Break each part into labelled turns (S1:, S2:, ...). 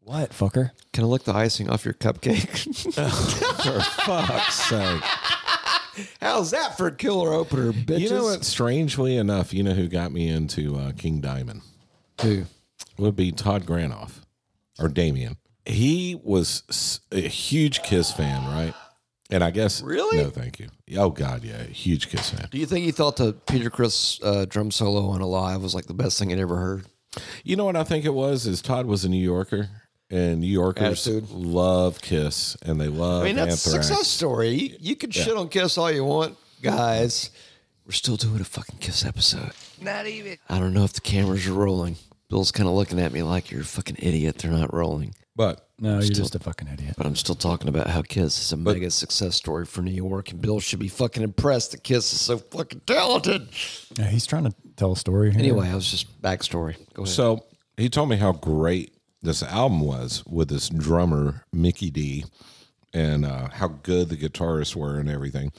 S1: What, fucker?
S2: Can I lick the icing off your cupcake?
S1: For fuck's sake.
S2: How's that for a killer opener, bitches?
S3: You know what? Strangely enough, you know who got me into uh, King Diamond
S1: Dude.
S3: would be Todd Granoff or Damien. He was s- a huge Kiss fan, right? And I guess
S2: Really?
S3: no, thank you. Oh God, yeah, huge Kiss fan.
S2: Do you think he thought the Peter Chris uh, drum solo on Alive was like the best thing he'd ever heard?
S3: You know what I think it was is Todd was a New Yorker, and New Yorkers
S2: Attitude.
S3: love Kiss, and they love.
S2: I mean, that's a
S3: Anthrax.
S2: success story. You, you can shit on Kiss all you want, guys. We're still doing a fucking Kiss episode. Not even. I don't know if the cameras are rolling. Bill's kind of looking at me like you're a fucking idiot. They're not rolling.
S3: But
S1: No, you're just a fucking idiot.
S2: But I'm still talking about how Kiss is a mega success story for New York, and Bill should be fucking impressed that Kiss is so fucking talented.
S1: Yeah, he's trying to tell a story here.
S2: Anyway, I was just backstory. Go ahead.
S3: so he told me how great this album was with this drummer Mickey D, and uh, how good the guitarists were and everything.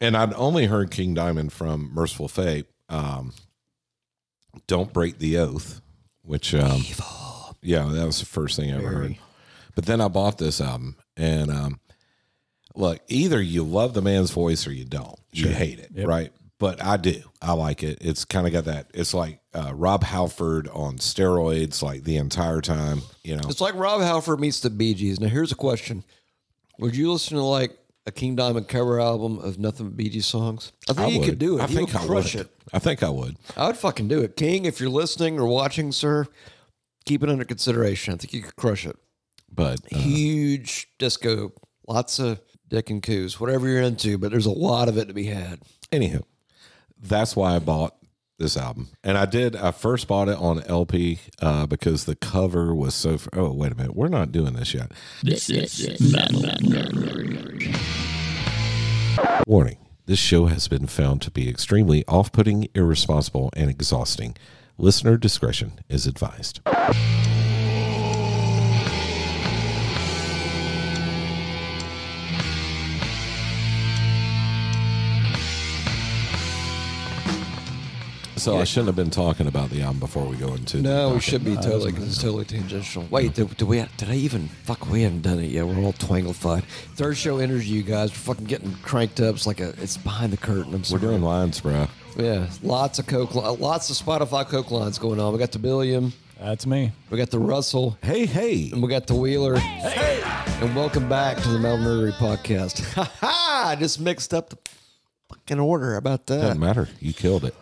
S3: And I'd only heard King Diamond from Merciful Fate. Um, Don't break the oath, which um, yeah, that was the first thing I ever heard. But then I bought this album, and um, look, either you love the man's voice or you don't. You hate it, right? But I do. I like it. It's kind of got that. It's like uh, Rob Halford on steroids, like the entire time. You know,
S2: It's like Rob Halford meets the Bee Gees. Now, here's a question: Would you listen to like a King Diamond cover album of nothing but Bee Gees songs? I think you could do it.
S3: I
S2: you
S3: think
S2: would
S3: I
S2: crush
S3: would.
S2: it.
S3: I think I would.
S2: I would fucking do it, King. If you're listening or watching, sir, keep it under consideration. I think you could crush it.
S3: But uh,
S2: Uh-huh. Huge disco, lots of dick and coos, whatever you're into, but there's a lot of it to be had.
S3: Anywho, that's why I bought this album, and I did. I first bought it on LP uh, because the cover was so. Fr- oh, wait a minute, we're not doing this yet. Warning: This show has been found to be extremely off-putting, irresponsible, and exhausting. Listener discretion is advised. So I shouldn't have been talking about the album before we go into. the
S2: No, we
S3: docket.
S2: should be totally because it's totally tangential. Wait, did, did we? Did I even? Fuck, we haven't done it yet. We're all twanglified. Third show energy, you guys. We're fucking getting cranked up. It's like a. It's behind the curtain. I'm
S3: We're
S2: sorry.
S3: doing lines, bro.
S2: Yeah, lots of coke, li- lots of Spotify coke lines going on. We got the Billiam,
S1: That's me.
S2: we got the Russell,
S3: Hey, hey.
S2: and we got the Wheeler. And welcome back to the Malnerdery podcast. Ha ha! I Just mixed up the fucking order. How about that?
S3: Doesn't matter. You killed it.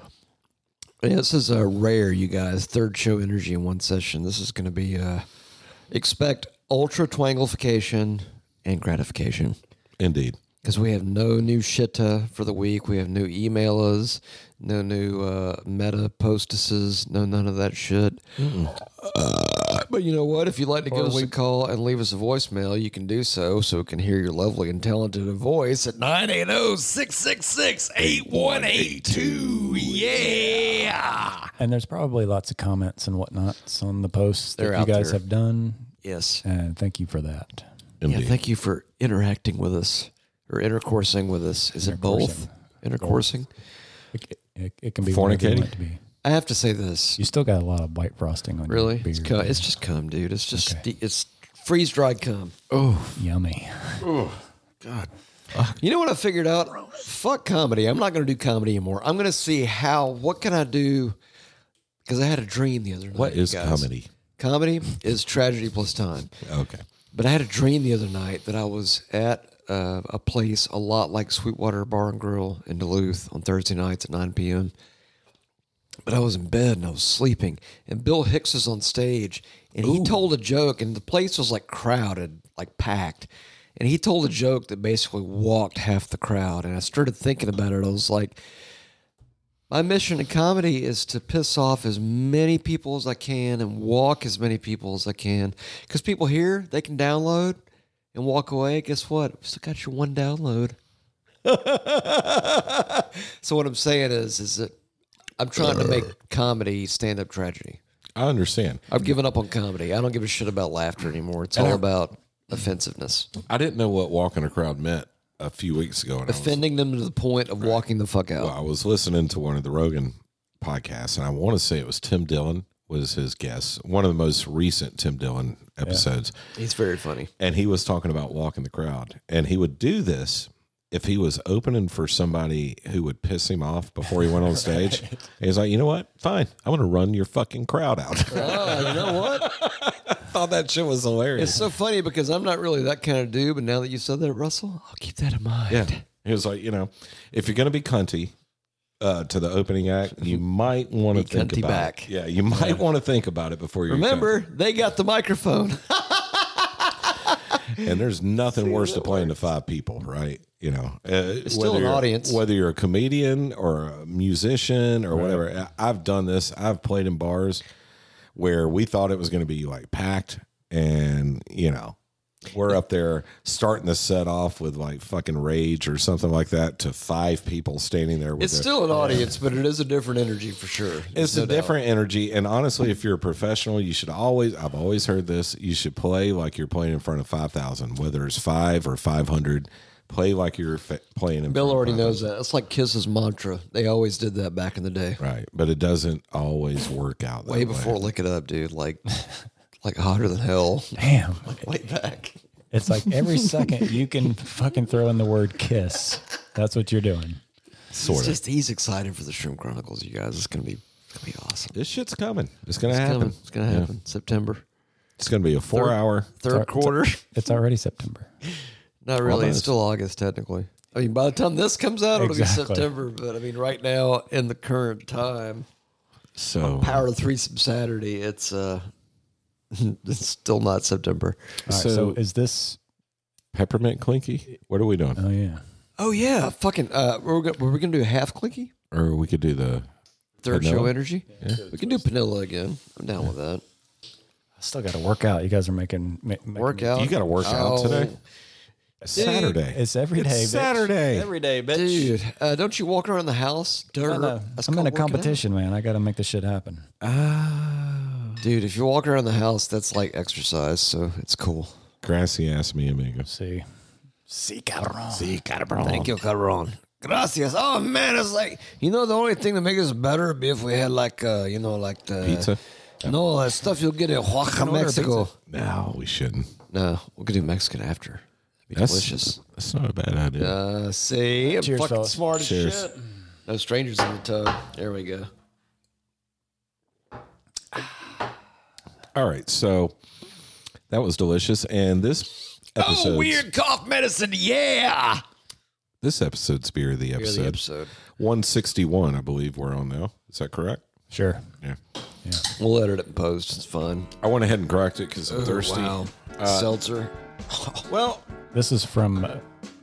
S2: Yeah, this is a rare, you guys. Third show energy in one session. This is going to be uh, expect ultra twanglification and gratification
S3: Indeed.
S2: because we have no new shitta for the week. We have no emailers, no new uh, meta postuses, no none of that shit. Uh, but you know what? If you'd like to give us a call and leave us a voicemail, you can do so so we can hear your lovely and talented voice at oh, 980 666 8182. Yeah.
S1: And there's probably lots of comments and whatnots on the posts
S2: They're
S1: that you
S2: out
S1: guys
S2: there.
S1: have done.
S2: Yes.
S1: And thank you for that.
S3: Indeed.
S2: Yeah, thank you for interacting with us or intercoursing with us. Is it both? Intercoursing?
S1: It, it, it can be whatever you
S3: Fornicating?
S1: want it to be.
S2: I have to say this.
S1: You still got a lot of white frosting on
S2: Really?
S1: your beard.
S2: It's, cum. it's just cum, dude. It's just, it's freeze dried cum. Oh.
S1: Yummy.
S2: You know what I figured out? Fuck comedy. I'm not going to do comedy anymore. I'm going to see how, what can I do? Because I had a dream the other night.
S3: What
S2: you
S3: is
S2: guys.
S3: comedy?
S2: Comedy is tragedy plus time.
S3: Okay.
S2: But I had a dream the other night that I was at uh, a place a lot like Sweetwater Bar and Grill in Duluth on Thursday nights at 9 p.m. But I was in bed and I was sleeping, and Bill Hicks is on stage, and he told a joke, and the place was like crowded, like packed. And he told a joke that basically walked half the crowd. And I started thinking about it. I was like, my mission in comedy is to piss off as many people as I can and walk as many people as I can. Because people here, they can download and walk away. Guess what? We still got your one download. so what I'm saying is, is that I'm trying to make comedy stand up tragedy.
S3: I understand.
S2: I've given up on comedy. I don't give a shit about laughter anymore. It's all about offensiveness,
S3: I didn't know what walking a crowd meant a few weeks ago. And I was,
S2: offending them to the point of walking the fuck out.
S3: I was listening to one of the Rogan podcasts, and I want to say it was Tim Dillon was his guest, one of the most recent Tim Dillon episodes.
S2: He's very funny.
S3: and he was talking about walking the crowd and he would do this if he was opening for somebody who would piss him off before he went on stage he's like you know what fine i'm gonna run your fucking crowd out
S2: Oh, you know what?
S3: i thought that shit was
S2: It's
S3: hilarious
S2: so funny because I'm not really that kind of dude, but now that you said that, Russell, I'll keep that in mind.
S3: yeah he was like you know if you're gonna be cunty uh, to the opening act you might want to
S2: Be
S3: think
S2: cunty
S3: about
S2: back.
S3: it yeah you might want to think about it before you
S2: Remember, they got the microphone.
S3: and there's nothing worse to playing to five people, right? You know, it's
S2: still an audience.
S3: Whether you're a comedian or a musician or whatever, I- I've done this. I've played in bars where we thought it was going to be like packed, and you know, we're up there starting the set off with like fucking rage or something like that to five people standing there. With
S2: It's
S3: their-
S2: still an audience, but it is a different energy for sure.
S3: it's a different energy. And honestly, if you're a professional, you should always, I've always heard this, you should play like you're playing in front of 5,000, whether it's five or 500. Play like you're fa- playing in
S2: Bill
S3: front
S2: already
S3: of
S2: knows that. It's like Kiss's mantra. They always did that back in the day.
S3: 5,000. Right. But it doesn't always work out. That
S2: Way before Lick It Up, dude. Like, like hotter than hell.
S1: Damn.
S2: Way back.
S1: It's like every second you can fucking throw in the word kiss. That's what you're doing.
S3: Sort
S2: It's
S3: of.
S2: just he's excited for the Shroom Chronicles, you guys. It's gonna be it's gonna be awesome.
S3: This shit's coming. It's going to
S2: It's
S3: happen.
S2: coming. It's gonna happen. September.
S3: It's going to be a four hour.
S2: Third quarter.
S1: It's already September.
S2: Not really. It's still August technically. I mean by the time this comes out,
S1: Exactly.
S2: it'll be September. But I mean right now in the current time,
S3: So
S2: Power of Three some Saturday, it's uh it's still not September.
S1: All right, so,
S3: So-
S1: is this?
S3: peppermint clinky. What are we doing?
S1: Oh yeah.
S2: Oh yeah. Fucking uh we're gonna we're gonna do a half clinky?
S3: or we could do the.
S2: Third show
S3: Panilla?
S2: energy. We can do Panilla again. I'm down with that.
S1: I still got to work out. You guys are making, ma- making
S2: Workout.
S3: You got to work out
S2: Oh,
S3: today. Saturday.
S1: It's every day. bitch.
S3: Saturday.
S1: Every day, bitch.
S2: Dude, uh, don't you walk around the house? Dirt.
S1: I know.
S2: That's
S1: I'm in
S2: called
S1: a
S2: working out. Ah.
S1: competition, man. I got to make this shit happen.
S2: Dude, if you walk around the house, that's like exercise, so it's cool.
S3: Grassy ass me, amigos.
S1: See, see, cabrón.
S2: Thank you, Caron. Gracias. Oh man, it's like you know the only thing that makes us better would be if we had like uh you know like the
S3: Pizza?
S2: No, that stuff you'll get in Oaxaca, Mexico.
S3: No, we shouldn't.
S2: No, we could do Mexican after. That'd be delicious.
S3: That's not a bad idea.
S2: Uh, see, I'm
S1: Cheers,
S2: fucking
S1: fellas.
S2: smart as
S3: Cheers.
S2: shit. No strangers in the tub. There we go.
S3: All right, so that was delicious, and this episode,
S2: Oh, weird cough medicine. Yeah.
S3: this episode's beer of the
S2: Hear
S3: episode,
S2: the episode.
S3: one sixty one, I believe we're on now. Is that correct?
S1: Sure.
S3: Yeah,
S2: We'll edit it in post. It's fun.
S3: I went ahead and corrected it because I'm thirsty.
S2: Wow. Seltzer.
S1: Uh,
S3: Well,
S1: This is from uh,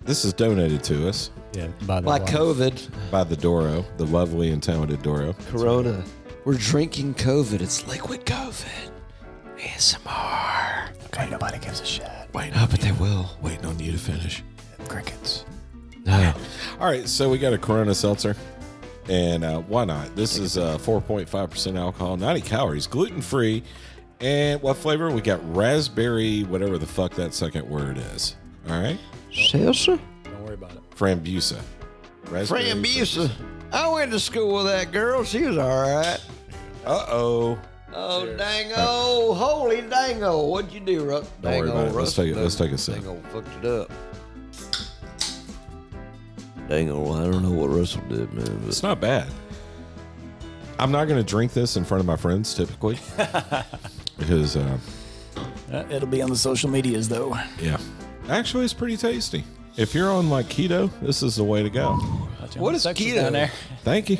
S3: this is donated to us
S1: yeah by the
S2: By
S1: wife.
S2: COVID,
S3: by the Doro, the lovely and talented Doro.
S2: Corona. We're drinking COVID. It's liquid COVID. ASMR.
S1: Okay, nobody gives a shit.
S2: Wait, no, but they will.
S3: Waiting on you to finish.
S1: Crickets.
S2: No.
S3: All right, so we got a Corona seltzer, and uh, why not? This is uh, 4.5% alcohol, 90 calories, gluten free, and what flavor? We got raspberry, whatever the fuck that second word is. All right,
S2: Seltzer?
S1: Don't worry about it.
S3: frambuesa. Raspberry
S2: Frambuesa. I went to school with that girl. She was all right.
S3: Uh oh.
S2: Oh, dango. Holy dango. What'd you do, oh, Ruck?
S3: Don't worry about it. Let's take it- let's take a sip.
S2: Dango oh, fucked it up.
S3: oh,
S2: Dango, I don't know what Russell did, man. But
S3: It's not bad. I'm not going to drink this in front of my friends typically because, uh,
S1: Uh, it'll be on the social medias though.
S3: yeah, actually, it's pretty tasty. If you're on like keto, this is the way to go.
S2: What is
S1: Sexy
S2: keto?
S1: down there?
S3: Thank you.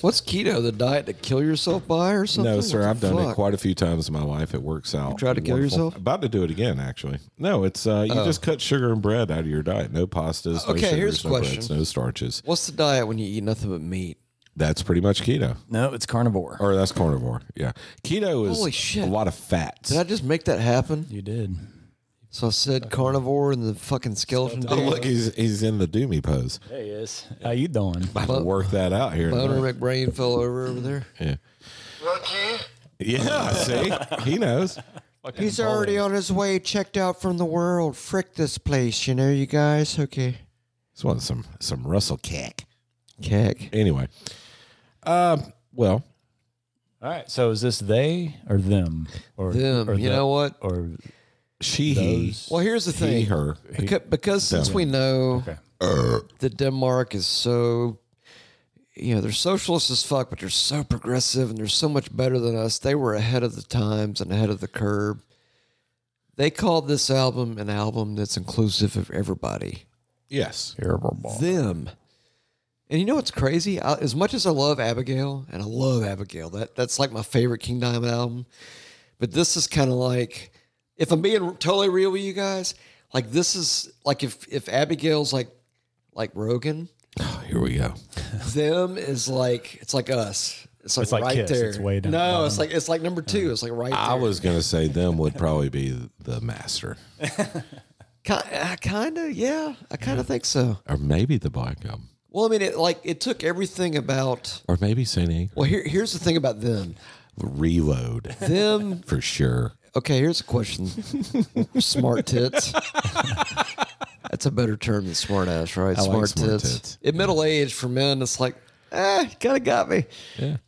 S2: What's keto? The diet to kill yourself by or something?
S3: No,
S2: What
S3: sir.
S2: the
S3: I've done it
S2: fuck?
S3: quite a few times in my life. It works out.
S2: tried to kill yourself? Oh.
S3: About to do it again, actually. No, it's uh, you just cut sugar and bread out of your diet. No pastas. no
S2: Okay,
S3: sugars,
S2: here's the
S3: no
S2: question.
S3: breads, no starches.
S2: What's the diet when you eat nothing but meat?
S3: That's pretty much keto,
S1: No, it's carnivore.
S3: or that's carnivore. Yeah, keto is
S2: Holy shit.
S3: a lot of fats.
S2: Did I just make that happen?
S1: you did.
S2: So I said carnivore and the fucking skeleton.
S3: Oh,
S2: dude.
S3: look, he's he's in the doomy pose.
S1: There he is. How you doing?
S3: I have to work that out here.
S1: Oh,
S2: Boner McBrain fell over over there.
S3: Yeah. Yeah. See, he knows.
S2: He's already on his way, checked out from the world. Frick this place, you know, you guys. Okay.
S3: Just want some some Russell cake.
S2: Keg.
S3: Anyway, um, well,
S1: All right. So is this they or them or
S2: Them.
S1: Or
S2: you
S1: the-
S2: know what?
S1: Or
S3: She,
S1: those?
S2: Well, here's the
S3: he, he,
S2: thing.
S3: her.
S2: Beca- because since we know
S1: Okay.
S2: that Denmark is so, you know, they're socialist as fuck, but they're so progressive and they're so much better than us. They were ahead of the times and ahead of the curve. They called this album an album that's inclusive of everybody.
S3: Yes.
S1: terrible ball.
S2: Them. And you know what's crazy? I, as much as I love Abigail, and I love Abigail, that that's like my favorite King Diamond album. But this is kind of like, if I'm being totally real with you guys, like this is like if if Abigail's like like Rogan,
S3: Oh, Here we go.
S2: them is like it's like us. It's like,
S1: It's like
S2: right
S1: Kiss.
S2: there.
S1: It's way down
S2: No,
S1: the bottom. Uh,
S2: it's like it's like number two. It's like right.
S3: I
S2: there.
S3: was gonna say them would probably be the master,
S2: kind of yeah. I kind of think so.
S3: or maybe the black album,
S2: Well, I mean, it like it took everything about.
S3: or maybe Saint Anger.
S2: Well, here here's the thing about them.
S3: Reload
S2: Them.
S3: for sure.
S2: Okay, here's a question. smart tits. That's a better term than smart ass, right?
S3: like smart tits.
S2: In middle age for men, it's like, eh, kind of got me.
S3: Yeah.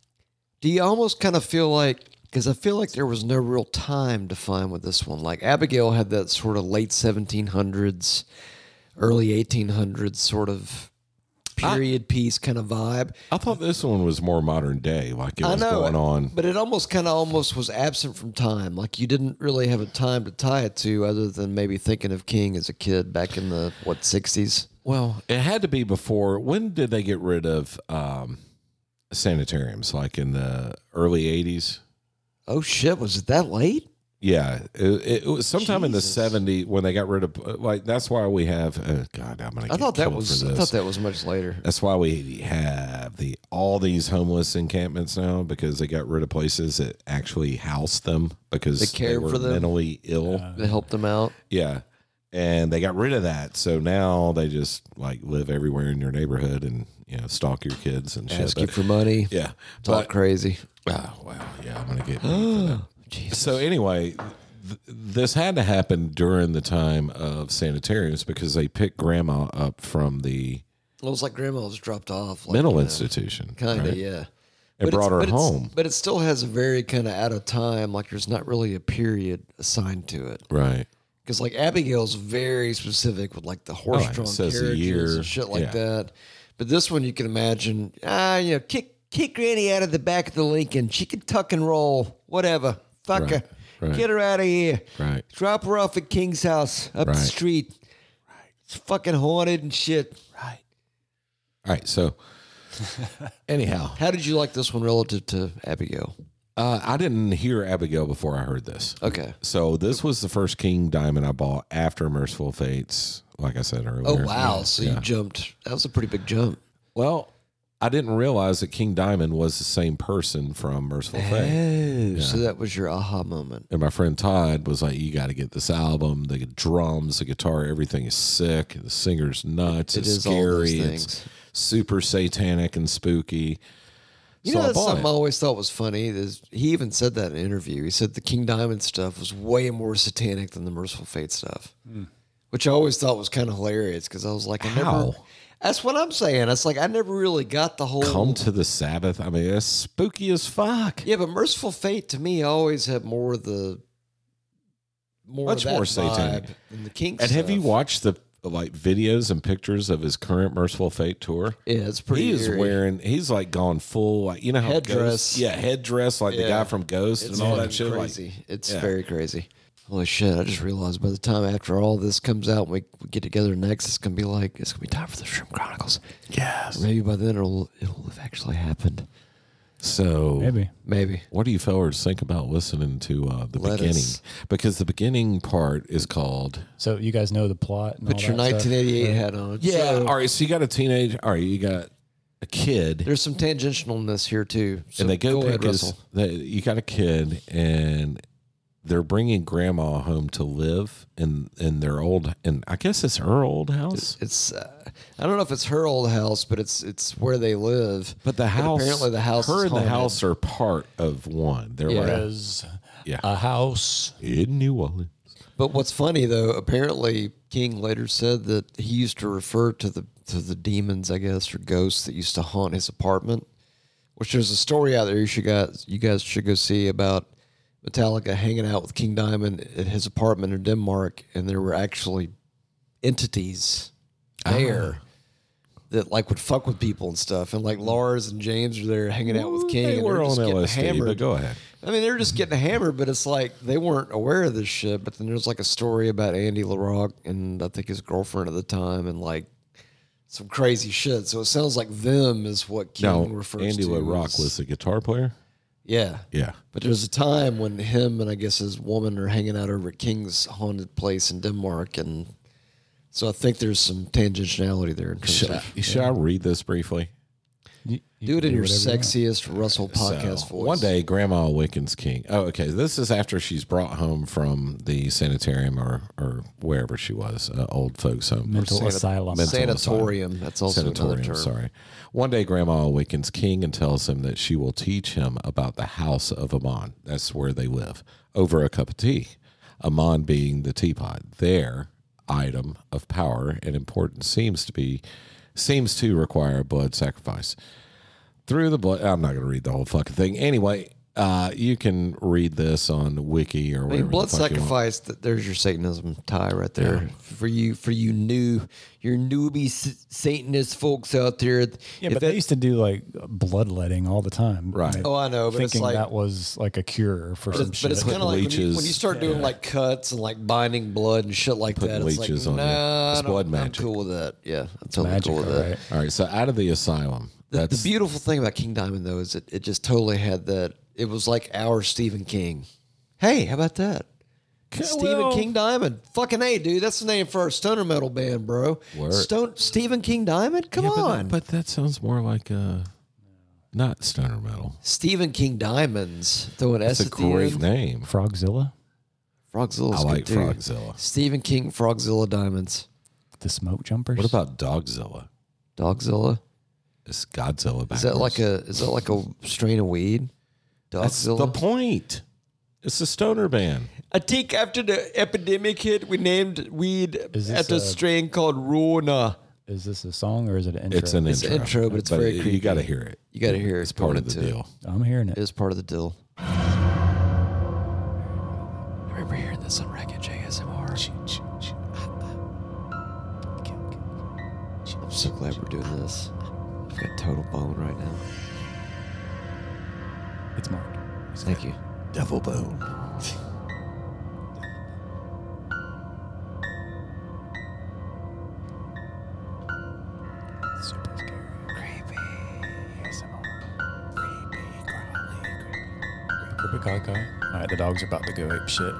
S2: do you almost kind of feel like because I feel like there was no real time to find with this one. Like Abigail had that sort of late 1700s, early 1800s sort of period piece kind of vibe.
S3: I thought this one was more modern day, like it
S2: I
S3: was
S2: know,
S3: going on.
S2: but it almost kind of almost was absent from time. Like you didn't really have a time to tie it to, other than maybe thinking of King as a kid back in the what 60s.
S3: Well, it had to be before. When did they get rid of um, sanitariums? Like in the early '80s.
S2: Oh shit, was it that late?
S3: Yeah, it, it was sometime in the '70s when they got rid of. Like that's why we have. Uh, God, I'm gonna.
S2: I
S3: get
S2: thought that
S3: killed
S2: was
S3: for
S2: I
S3: this.
S2: thought that was much later.
S3: That's why we have the all these homeless encampments now because they got rid of places that actually housed them because
S2: They cared
S3: were
S2: for them.
S3: mentally ill. Yeah.
S2: It helped them out.
S3: And they got rid of that. So now they just like live everywhere in your neighborhood and, you know, stalk your kids and shit.
S2: Ask you
S3: But-
S2: for money.
S3: yeah.
S2: Talk
S3: But,
S2: crazy.
S3: oh, wow. Yeah. I'm going to get. for that.
S2: Jesus.
S3: So anyway, th- this had to happen during the time of sanitariums because they picked grandma up from the
S2: It was like grandma was dropped off. Like,
S3: mental institution.
S2: Kind of,
S3: right?
S2: yeah.
S3: And brought her
S2: but
S3: home.
S2: It's, but it still has a very kind of out of time. Like there's not really a period assigned to it.
S3: Right.
S2: Because like Abigail's very specific with like the
S3: Oh, it
S2: horse-drawn
S3: says a
S2: carriages
S3: year.
S2: and shit like
S3: Yeah.
S2: that. But this one you can imagine, ah, you know, kick kick Granny out of the back of the Lincoln. She can tuck and roll, whatever. Fuck her.
S3: right.
S2: Get her out of here.
S3: Right.
S2: Drop her off at King's house up
S3: Right.
S2: the street. Right. It's fucking haunted and shit.
S3: Right. All right. So, anyhow,
S2: How did you like this one relative to Abigail?
S3: uh, I didn't hear Abigail before I heard this. Uh,
S2: Okay.
S3: So this was the first King Diamond I bought after Merciful Fates. Like I said earlier.
S2: Oh wow! So
S3: Yeah.
S2: you jumped. That was a pretty big jump.
S3: Well, I didn't realize that King Diamond was the same person from Merciful
S2: Eh?
S3: Fate.
S2: So that was your aha moment.
S3: And my friend Todd was like, "You got to get this album. The drums, the guitar, everything is sick. The singer's nuts. it's
S2: is all those
S3: scary. It's
S2: things.
S3: super satanic and spooky."
S2: You know,
S3: So I
S2: that's
S3: bought
S2: something
S3: it.
S2: I always thought was funny. Is he even said that in an interview? He said the King Diamond stuff was way more satanic than the Merciful Fate stuff,
S3: Hmm.
S2: which I always thought was kind of hilarious because I was like, I never.
S3: How?
S2: That's what I'm saying. It's like I never really got the whole.
S3: Come to the Sabbath. I mean, that's spooky as fuck.
S2: Yeah, but Merciful Fate to me always had more of the more
S3: Much
S2: of that
S3: more
S2: vibe
S3: satanic.
S2: than the King.
S3: And have you
S2: stuff.
S3: watched the like videos and pictures of his current Merciful Fate tour?
S2: Yeah, it's pretty.
S3: he is
S2: eerie.
S3: wearing. He's like gone full. Like you know how
S2: Headdress.
S3: Ghost- yeah, headdress like the
S2: Yeah.
S3: guy from Ghost and all
S2: fucking
S3: that shit. like-
S2: Crazy. it's
S3: yeah.
S2: very crazy. Holy shit! I just realized by the time after all this comes out, and we, we get together next, it's gonna be like it's gonna be time for the Shrimp Chronicles.
S3: yes.
S2: Maybe by then it'll it'll have actually happened.
S3: So
S1: Maybe.
S2: Maybe.
S3: What do you fellers think about listening to uh, the
S2: Let
S3: beginning?
S2: us-
S3: Because the beginning part is called.
S1: So you guys know the plot. And
S2: Put
S1: all
S2: your
S1: that stuff?
S2: 1988 hat on. So,
S3: all right. So you got a teenage. All right. You got a kid.
S2: there's some tangentialness here too. So
S3: and they go,
S2: ahead,
S3: pick his,
S2: Russell.
S3: they, you got a kid and they're bringing grandma home to live in in their old and i guess it's her old house
S2: It's uh, I don't know if it's her old house, but it's it's where they live.
S3: but the house
S2: apparently the house
S3: her
S2: is
S3: and the
S2: haunted.
S3: house are part of one they're
S2: Yeah.
S3: like
S1: Is
S3: Yeah.
S1: a house.
S3: in new orleans
S2: But what's funny though, apparently King later said that he used to refer to the to the demons, I guess, or ghosts that used to haunt his apartment. Which there's a story out there you should guys you guys should go see about Metallica hanging out with King Diamond at his apartment in Denmark, and there were actually entities there
S3: Ah.
S2: that like would fuck with people and stuff. And like Lars and James are there hanging out with King,
S3: They
S2: and
S3: were
S2: they're
S3: on
S2: just getting
S3: LSD,
S2: hammered.
S3: but go ahead.
S2: I mean, they're just getting hammered, but it's like they weren't aware of this shit. But then there's like a story about Andy LaRock and I think his girlfriend at the time and like some crazy shit. So it sounds like them is what King
S3: No,
S2: refers
S3: Andy
S2: to.
S3: LaRock
S2: as-
S3: was the guitar player.
S2: Yeah.
S3: Yeah.
S2: But there's a time when him and I guess his woman are hanging out over at King's haunted place in Denmark. And so I think there's some tangentiality there in terms
S3: Should, I,
S2: of.
S3: should I read this briefly?
S1: You- you
S2: Do it
S1: can
S2: in your
S1: whatever you want.
S2: sexiest Russell podcast
S3: So,
S2: voice.
S3: One day, Grandma Wickens King. Oh, okay. This is after she's brought home from the sanitarium or, or wherever she was, uh, old folks' home.
S1: Mental
S2: Sanit-
S1: asylum.
S3: Mental-
S2: Sanatorium. That's also another
S3: Sanatorium,
S2: term.
S3: sorry. One day, Grandma awakens King and tells him that she will teach him about the house of Amon. That's where they live, over a cup of tea. Amon being the teapot, their item of power and importance seems to be seems to require a blood sacrifice. Through the blood, I'm not going to read the whole fucking thing. Anyway, uh, you can read this on Wiki
S2: I
S3: or whatever.
S2: mean,
S3: the
S2: blood
S3: fuck you want.
S2: sacrifice. Th- there's your Satanism tie right there for you, for you new, your newbie s- Satanist folks out there.
S1: Yeah,
S2: If
S1: but
S2: that-
S1: they used to do like bloodletting all the time.
S3: Right.
S1: Like,
S2: oh, I know, but it's
S1: thinking
S2: like,
S1: that was like a cure for some
S2: but,
S1: shit.
S2: it's kind of like when you, when you
S3: leeches-
S2: start doing like cuts and like binding blood and shit like that. It's like,
S3: leeches
S2: nah,
S3: on you. It's
S2: I don't-
S3: blood
S2: I'm
S3: magic.
S2: cool with that. Yeah, I'm totally
S1: magic,
S2: cool with
S1: all
S2: that.
S1: right.
S3: All right, so out of the asylum. That's
S2: The beautiful thing about King Diamond though is it, it just totally had that. It was like our Stephen King. Hey, how about that? Stephen
S3: well-
S2: King Diamond, fucking a dude. That's the name for our stoner metal band, bro.
S3: Word.
S2: Stone Stephen King Diamond. Come
S3: Yeah, but that-
S2: on,
S3: But, that sounds more like uh, not stoner metal.
S2: Stephen King Diamonds. Throw an S
S3: It's a
S2: at the
S3: great
S2: end.
S3: name.
S1: Frogzilla,
S2: Frogzilla's
S3: I
S2: good
S3: like
S2: too.
S3: Frogzilla.
S2: Stephen King Frogzilla Diamonds.
S1: the smoke jumpers.
S3: What about Dogzilla?
S2: Dogzilla.
S3: It's Godzilla backwards.
S2: Is that like a is that like a strain of weed?
S3: That's the
S2: Dogzilla.
S3: point. It's a stoner band.
S2: I think after the epidemic hit, we named weed
S1: Is this after a-
S2: strain called Rona.
S1: Is this a song or is it an intro?
S3: It's an
S2: It's
S3: intro.
S2: an intro, but it's very
S3: it- You
S2: creepy.
S3: got to hear it.
S2: You got to hear
S3: It's part of
S2: going
S3: the
S2: into-
S3: deal.
S1: I'm hearing it.
S2: It is part of the deal. I remember hearing this on Racket JSMR. I'm so glad we're doing this. I've got total bone right now.
S1: It's marked.
S2: Thank you.
S3: Devil Bone.
S1: Super scary. Creepy. All right, the dogs are about to go ape shit.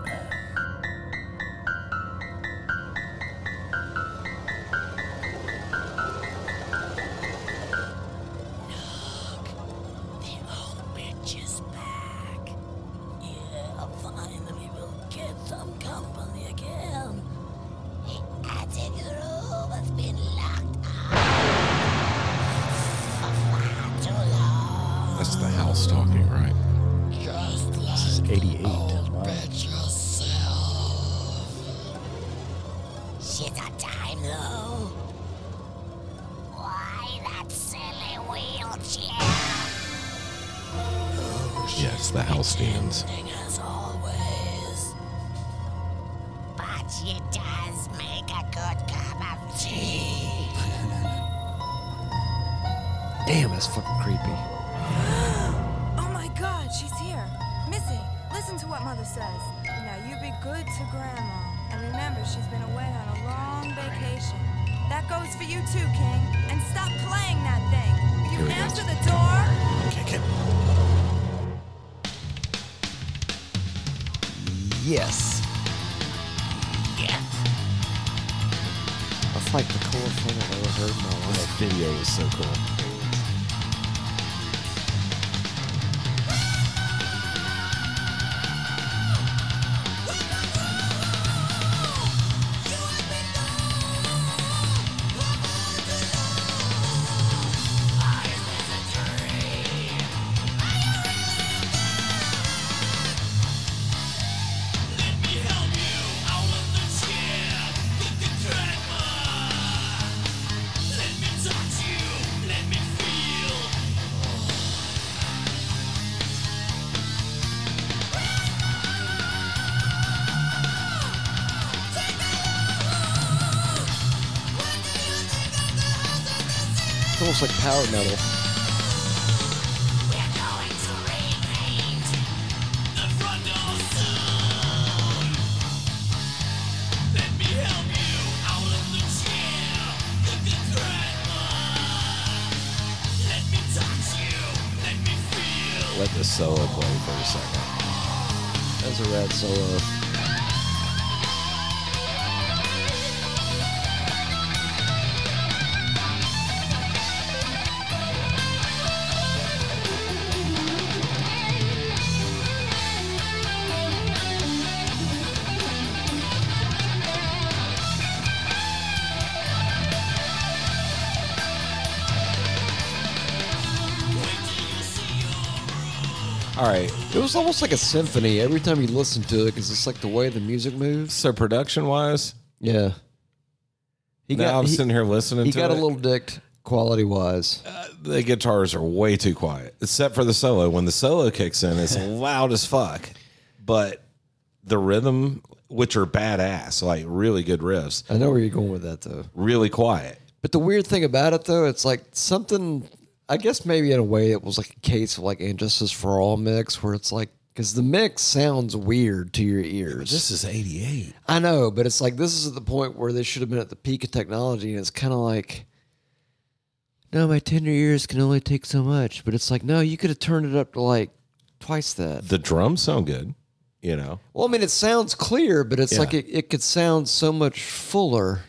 S4: The old bitch is back. Yeah, I finally will get some company again. The attic room has been locked up for far too long.
S3: That's the house talking, right?
S4: Just like
S1: 88. Wow.
S4: bitch yourself. She's a time low. Why that silly wheelchair?
S3: Yes, the house stands.
S4: Ending as always. But she does make a good cup of tea.
S2: Damn, that's fucking creepy.
S5: Oh my god, she's here. Missy, listen to what Mother says. Now you be good to Grandma. And remember, she's been away on a long vacation. That goes for you too, King. And stop playing that thing. You answer the door.
S2: Yes.
S4: Yes.
S2: That's like the coolest thing I've ever heard in my life.
S3: Video is so cool.
S6: Let me
S2: almost like power metal.
S4: We're going to repaint
S6: The front door soon. Let me help you out of the chair. Look at grandma. Let me touch you. Let me feel.
S2: Let the solo play for a second. That's a rad solo.
S3: All right.
S2: It was almost like a symphony every time you listen to it because it's like the way the music moves.
S3: So production wise,
S2: Yeah. He
S3: now I'm
S2: he-
S3: sitting here listening
S2: he
S3: to
S2: got
S3: it.
S2: a little dicked quality wise.
S3: the guitars are way too quiet, except for the solo. When the solo kicks in, it's loud as fuck. But the rhythm, which are badass, like really good riffs,
S2: I know where you're going with that though.
S3: really quiet.
S2: But the weird thing about it though, it's like something. I guess maybe in a way it was like a case of like Injustice for All mix, where it's like because the mix sounds weird to your ears.
S3: is 88.
S2: I know, but it's like this is at the point where they should have been at the peak of technology, and it's kind of like, no, my tender ears can only take so much. But it's like, no, you could have turned it up to like twice that.
S3: The drums sound good, you know?
S2: Well, I mean, it sounds clear, but it's
S3: Yeah.
S2: like it, it could sound so much fuller.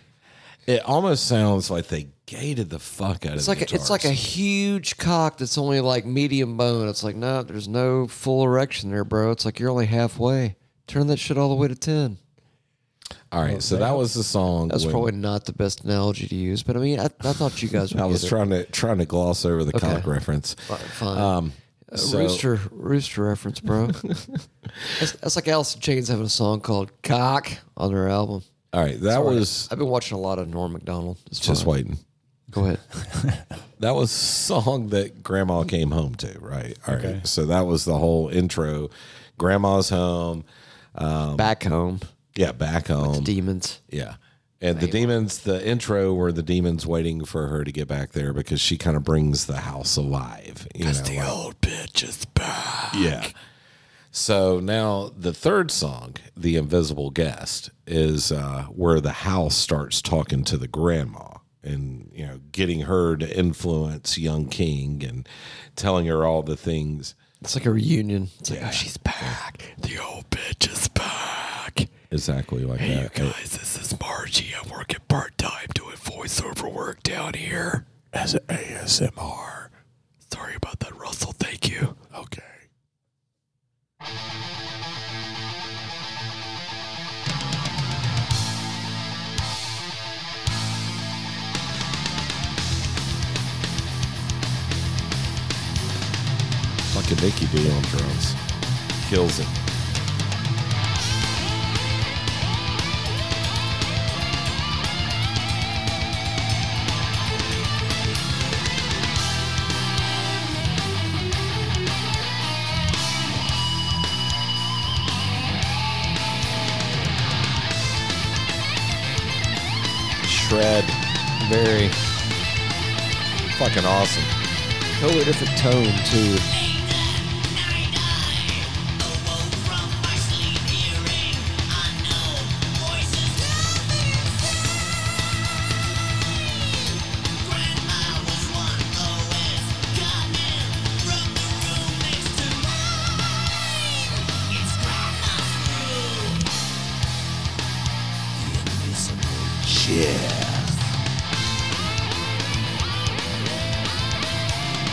S3: It almost sounds like they gated the fuck out
S2: It's
S3: of
S2: like
S3: the
S2: a, it's like a
S3: guitars.
S2: huge cock that's only like medium bone. It's like no, there's no full erection there, bro. It's like you're only halfway. Turn that shit all the way to ten.
S3: All right, so that was the song.
S2: That's
S3: when-
S2: probably not the best analogy to use, but I mean, I, I thought you guys. Would
S3: I was
S2: get it.
S3: trying to trying to gloss over the cock reference.
S2: Fine.
S3: Um,
S2: Uh,
S3: so-
S2: rooster, rooster reference, bro. that's, that's like Alice in Chains having a song called "Cock" on their album.
S3: All right, that was
S2: I've been watching a lot of Norm Macdonald. It's
S3: just
S2: fine.
S3: waiting.
S2: Go ahead.
S3: That was a song that grandma came home to, right? All right.
S1: Okay.
S3: So that was the whole intro. Grandma's home. Um,
S2: Back home,
S3: Yeah, back home.
S2: demons.
S3: yeah. And the demons, the intro were the demons waiting for her to get back there because she kind of brings the house alive. You know, the old bitch is back. Yeah. So now the third song, The Invisible Guest, is uh, where the house starts talking to the grandma and, you know, getting her to influence young King and telling her all the things.
S2: It's like a reunion. It's like, oh, she's back. The old bitch is back.
S3: Exactly like that.
S6: Guys, this is Margie. I'm working part time doing voiceover work down here as an ASMR. Sorry about that, Russell. Thank you. Okay.
S3: Fucking Mickey D on drums. Kills it. Shred.
S2: Very
S3: Fucking awesome.
S2: totally different tone too.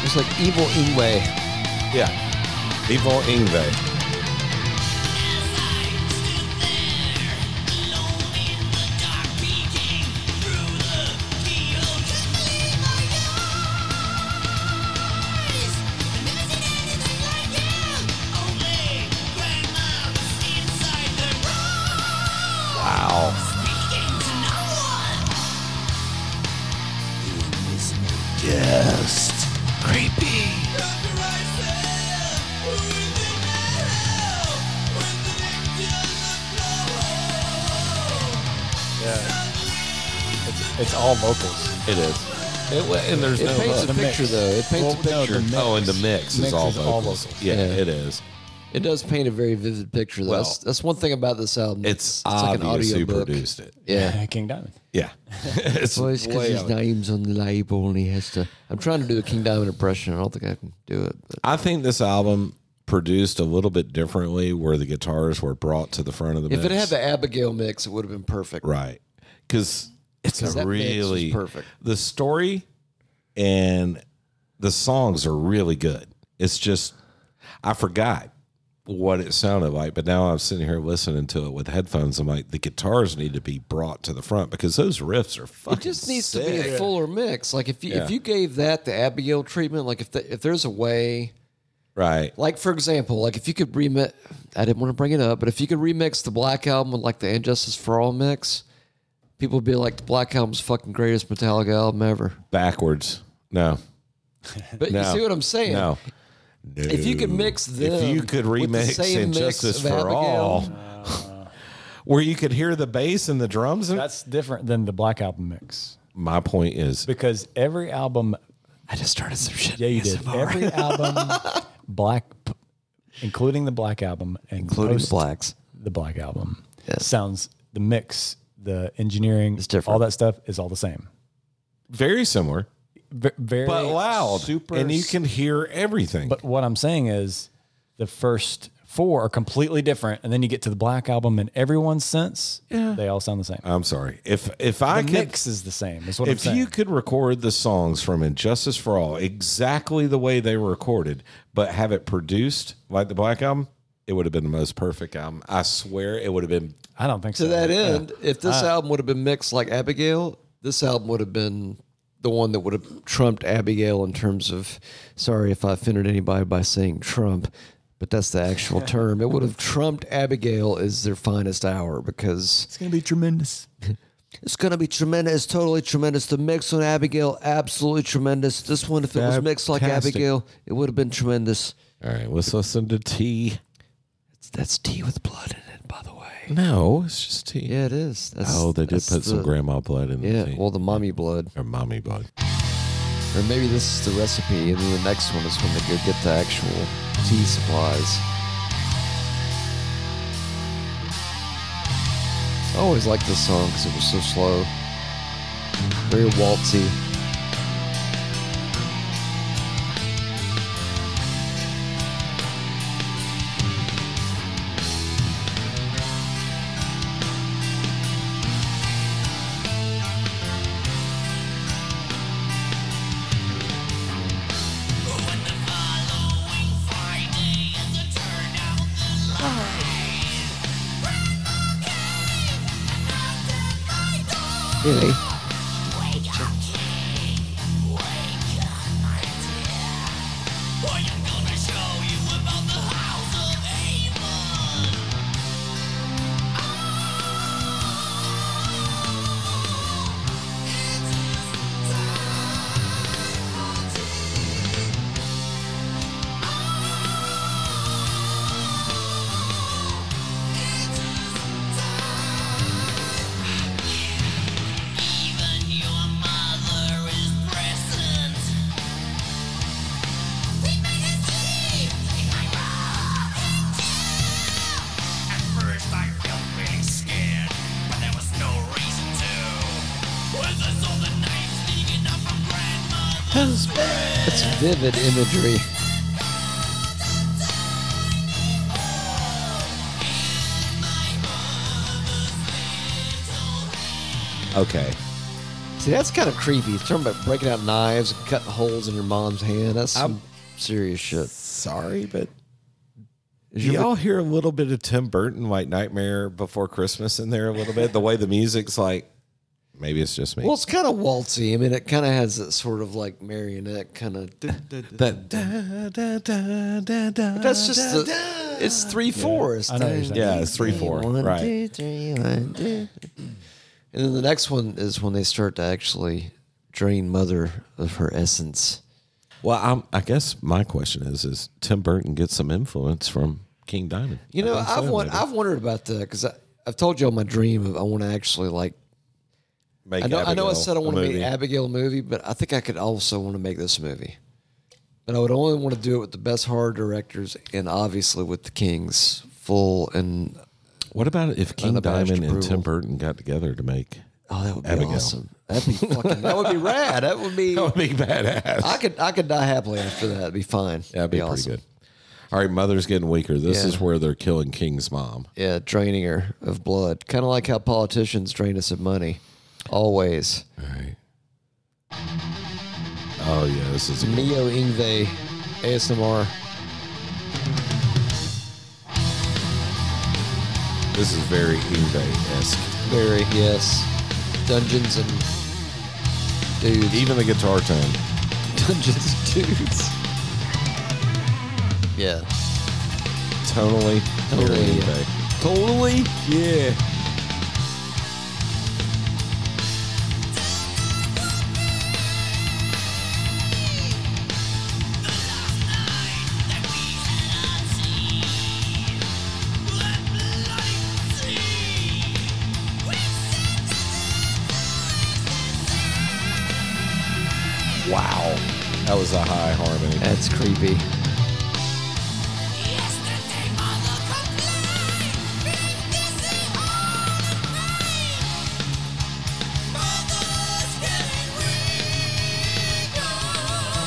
S2: It's like evil Ingwe.
S3: Yeah. Evil Ingve. Wow.
S1: It's all vocals.
S3: It is. It, wa- and there's
S2: It
S3: no
S2: paints
S3: hook.
S2: a picture, though. It paints a
S1: no, the
S2: picture.
S1: mix.
S3: Oh, and the mix, is
S1: Mix
S3: all
S1: is
S3: vocals.
S1: all vocals.
S3: Yeah,
S2: Yeah.
S3: it is.
S2: It does paint a very vivid picture. Though.
S3: Well,
S2: that's, that's one thing about this album.
S3: It's, obvious who
S2: audiobook.
S3: produced it.
S2: Yeah.
S1: King Diamond.
S3: Yeah, it's
S2: Well, it's because
S3: way
S2: his
S3: out-
S2: name's on the label and he has to. I'm trying to do a King Diamond impression. I don't think I can do it. But
S3: I think this album produced a little bit differently, where the guitars were brought to the front of the.
S2: if it had
S3: mix.
S2: the Abigail mix, it would have been perfect.
S3: right, because it's
S2: 'Cause
S3: a
S2: that mix was
S3: really
S2: perfect.
S3: The story and the songs are really good. It's just I forgot what it sounded like, but now I'm sitting here listening to it with headphones. I'm like, the guitars need to be brought to the front because those riffs are fucking.
S2: It just needs
S3: sick.
S2: to be a fuller mix. Like if you
S3: Yeah.
S2: if you gave that the Abigail treatment, like if the, if there's a way,
S3: right.
S2: like for example, like if you could remix, I didn't want to bring it up, but if you could remix the Black Album with like the Injustice for All mix, people would be like, the Black Album's fucking greatest Metallica album ever.
S3: backwards. No,
S2: But
S3: no.
S2: you see what I'm saying?
S3: No.
S2: If you could mix them,
S3: if you could
S2: with the
S3: remix
S2: same
S3: and
S2: mix
S3: Justice
S2: of
S3: for
S2: Abigail,
S3: All, where you could hear the bass and the drums. And
S1: That's different than the Black Album mix
S3: my point is,
S1: because every album,
S2: I just started some shit.
S1: yeah, you did every album, Black, including the Black Album, and
S2: including the
S1: post
S2: blacks.
S1: the Black Album,
S2: Yeah.
S1: sounds the mix, the engineering,
S2: It's different.
S1: all that stuff is all the same.
S3: very similar,
S1: V- very
S3: but loud,
S1: super,
S3: and you can hear everything.
S1: But what I'm saying is the first four are completely different. And then you get to the Black Album, and everyone's sense, they all sound the same.
S3: I'm sorry if if I
S1: the
S3: could.
S1: mix is the same, is what I'm
S3: if
S1: saying.
S3: you could record the songs from Injustice for All exactly the way they were recorded, but have it produced like the Black Album, it would have been the most perfect album. I swear it would have been
S1: I don't think
S2: To
S1: so.
S2: that end, if this album would have been mixed like Abigail, this album would have been the one that would have trumped Abigail in terms of. Sorry if I offended anybody by saying Trump, but that's the actual term. It would have trumped Abigail as their finest hour because
S1: It's going to be tremendous.
S2: It's gonna be tremendous, totally tremendous. The mix on Abigail, absolutely tremendous. This one, if it was mixed like
S3: Fantastic.
S2: Abigail, it would have been tremendous.
S3: All right, let's listen to tea.
S2: That's tea with blood in it, by the way.
S3: No, it's just tea.
S2: Yeah, it is. That's,
S3: Oh, they did
S2: that's
S3: put some
S2: the-
S3: grandma blood in
S2: Yeah,
S3: the tea.
S2: well, the mommy blood,
S3: or mommy blood.
S2: or maybe this is the recipe, and then the next one is when they go get the actual tea supplies. I always liked this song because it was so slow, very waltzy. Really? It's vivid imagery.
S3: Okay.
S2: See, that's kind of creepy. It's talking about breaking out knives and cutting holes in your mom's hand. That's some serious shit.
S3: Sorry, but
S2: Is
S3: do
S2: your-
S3: y'all hear a little bit of Tim Burton like Nightmare Before Christmas in there a little bit? The way the music's like maybe it's just me.
S2: well, it's kind of waltzy. I mean, it kind of has that sort of like marionette kind of.
S3: That da, da, da, da, da,
S2: That's just
S3: da,
S2: the. It's three fours.
S1: I know what you're saying.
S3: Yeah, it's three four. Right.
S2: And then the next one is when they start to actually drain mother of her essence.
S3: Well, I'm, I guess my question is is Tim Burton get some influence from King Diamond?
S2: You know,
S3: I think so,
S2: I've won-
S3: maybe.
S2: I've wondered about that because I've told you all my dream of I want to actually like
S3: make
S2: I know, I know I
S3: Abigail
S2: said I
S3: a
S2: want to make
S3: movie.
S2: Abigail a movie, but I think I could also want to make this movie. But I would only want to do it with the best horror directors and obviously with the Kings full and
S3: What about if King
S2: Unabashed
S3: Diamond and
S2: Brutal.
S3: Tim Burton got together to make?
S2: oh that would be
S3: Abigail.
S2: awesome. That'd be fucking that would be rad. That would be
S3: That would be badass.
S2: I could I could die happily after that. It'd be fine.
S3: That'd be, pretty
S2: awesome.
S3: good. All right, mother's getting weaker. This
S2: Yeah.
S3: is where they're killing King's mom.
S2: Yeah, draining her of blood. Kind of like how politicians drain us of money. Always.
S3: All right. Oh yeah, this is a good
S2: Neo Ingve ASMR.
S3: This is very Ingve esque.
S2: Very, yes. Dungeons and dudes.
S3: Even the guitar tone.
S2: Dungeons and dudes. Yeah.
S3: Tonally. very
S2: Totally.
S3: Ingve.
S2: Totally? Yeah.
S3: Wow. That was a high harmony.
S2: That's creepy.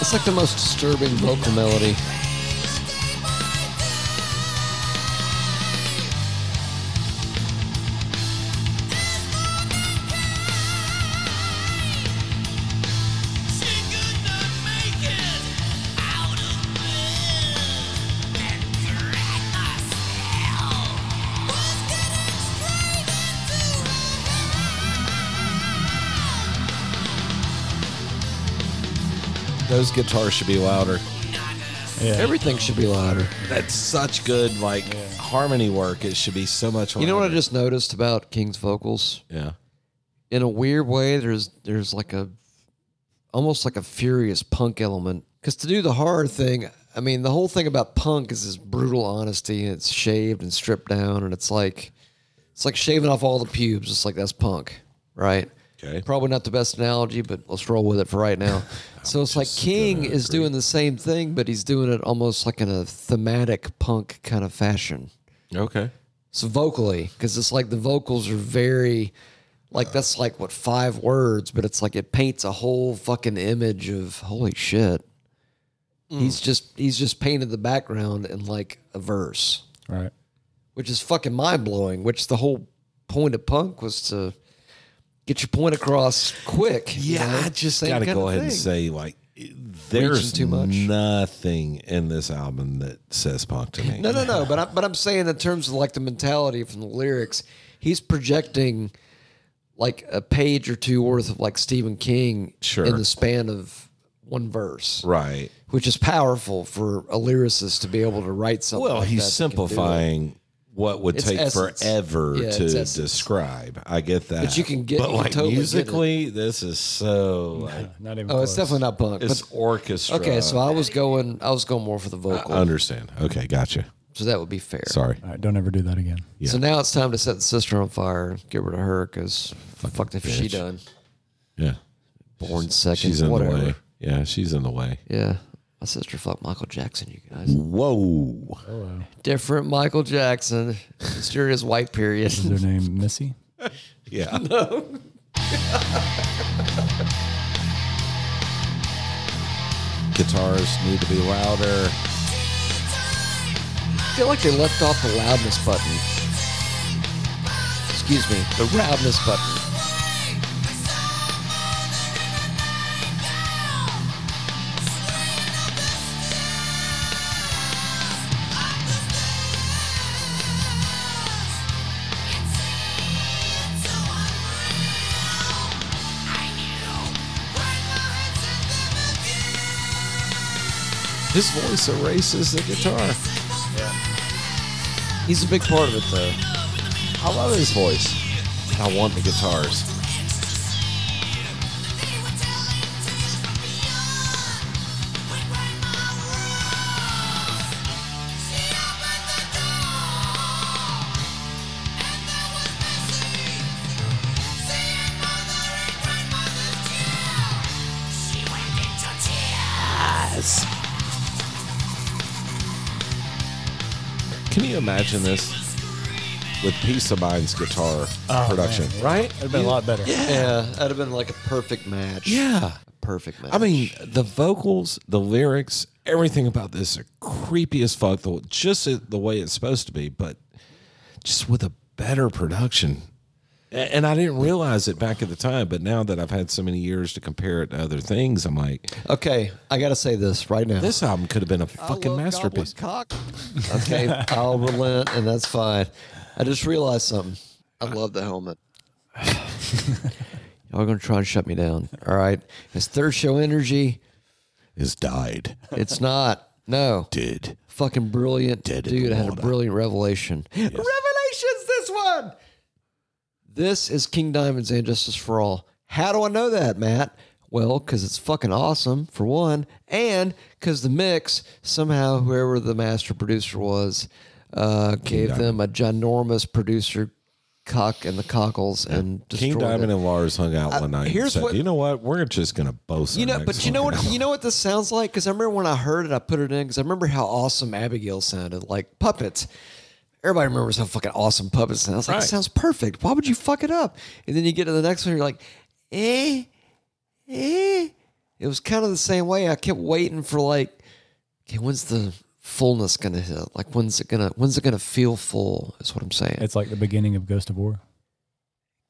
S2: It's like the most disturbing vocal melody.
S3: Those guitars should be louder.
S2: Everything should be louder.
S3: That's such good like harmony work. It should be so much.
S2: You know what I just noticed about King's vocals?
S3: Yeah.
S2: in a weird way there's there's like a almost like a furious punk element because to do the horror thing i mean the whole thing about punk is this brutal honesty and it's shaved and stripped down and it's like it's like shaving off all the pubes it's like that's punk right
S3: Okay.
S2: probably not the best analogy but let's roll with it for right now so it's like king is doing the same thing but he's doing it almost like in a thematic punk kind of fashion
S3: Okay.
S2: so vocally, because it's like the vocals are very, like that's like what five words, but it's like it paints a whole fucking image of holy shit.
S3: Mm.
S2: He's just he's just painted the background in like a verse,
S1: Right.
S2: which is fucking mind blowing. Which the whole point of punk was to get your point across quick. you
S3: Yeah,
S2: know?
S3: I just
S2: Same
S3: got to
S2: kind
S3: go
S2: of
S3: ahead and
S2: thing.
S3: say like there's
S2: too much.
S3: nothing in this album that says punk to me.
S2: No, no, no. But I, but I'm saying in terms of like the mentality from the lyrics, he's projecting like a page or two worth of like Stephen King
S3: Sure.
S2: in the span of one verse,
S3: Right.
S2: which is powerful for a lyricist to be able to write something.
S3: Well,
S2: like
S3: he's
S2: that that can do it.
S3: simplifying what would
S2: It's
S3: take
S2: essence.
S3: forever
S2: Yeah,
S3: to
S2: it's essence.
S3: describe. I get that.
S2: But you can get-
S3: But
S2: you can
S3: like
S2: totally get it.
S3: musically, this is so like,
S1: Not even.
S2: Oh, it's definitely not punk.
S3: it's
S2: But,
S3: orchestra.
S2: okay, so I was going, I was going more for the vocal,
S3: understand. Okay, gotcha.
S2: so that would be fair.
S3: Sorry.
S1: All right, don't ever do that again.
S3: Yeah.
S2: So now it's time to set the sister on fire, and get rid of her because fucked if she
S3: bitch.
S2: done.
S3: Yeah.
S2: Born second,
S3: She's in
S2: whatever.
S3: the way. Yeah, she's in the way.
S2: Yeah, my sister fucked Michael Jackson. You guys.
S3: Whoa.
S2: different Michael Jackson, mysterious white period.
S1: Is their name Missy?
S3: Yeah. Guitars need to be louder.
S2: I feel like they left off the loudness button. Excuse me, the loudness button.
S3: His voice erases the guitar.
S2: He's a big part of it though.
S3: I love his voice. I want the guitars.
S6: Saying mother
S3: Can you imagine this with Peace of Mind's guitar production?
S2: right?
S1: It'd been a lot better.
S2: Yeah, that'd have been like a perfect match.
S3: Yeah.
S2: A perfect match.
S3: I mean, the vocals, the lyrics, everything about this are creepy as fuck. The, just it- the way it's supposed to be, but just with a better production. A- And I didn't realize it back at the time, but now that I've had so many years to compare it to other things, I'm like,
S2: okay, I gotta say this right now.
S3: this album could have been a
S2: Uh-huh. I
S3: fucking
S2: love
S3: masterpiece.
S2: Goblin cock. okay, I'll relent, and that's fine. I just realized something. I love the helmet. Y'all gonna try and shut me down? All right. It's third show energy.
S3: Is died,
S2: It's not. No.
S3: did.
S2: Fucking brilliant.
S3: Dead in
S2: Dude,
S3: the
S2: I had a
S3: water.
S2: brilliant revelation. Revelations, this one. This is King Diamond's and Justice for All. How do I know that, Matt? Well, because it's fucking awesome, for one, and because the mix, somehow, whoever the master producer was, uh, gave them a ginormous producer cock and the cockles and destroyed
S3: King Diamond
S2: it.
S3: and Lars hung out one night.
S2: Uh, here's
S3: Here's and said,
S2: what-
S3: you know what? We're just gonna boast.
S2: You know, but you know what? You know what this sounds like? Because I remember when I heard it, I put it in because I remember how awesome Abigail sounded, like puppets. Everybody remembers how fucking awesome puppets sound. I was like, it
S3: Right.
S2: sounds perfect. Why would you fuck it up? And then you get to the next one, you're like, eh, eh. It was kind of the same way. I kept waiting for like, okay, when's the fullness gonna hit? Like, when's it gonna, when's it gonna feel full? Is what I'm saying.
S1: It's like the beginning of Ghost of War.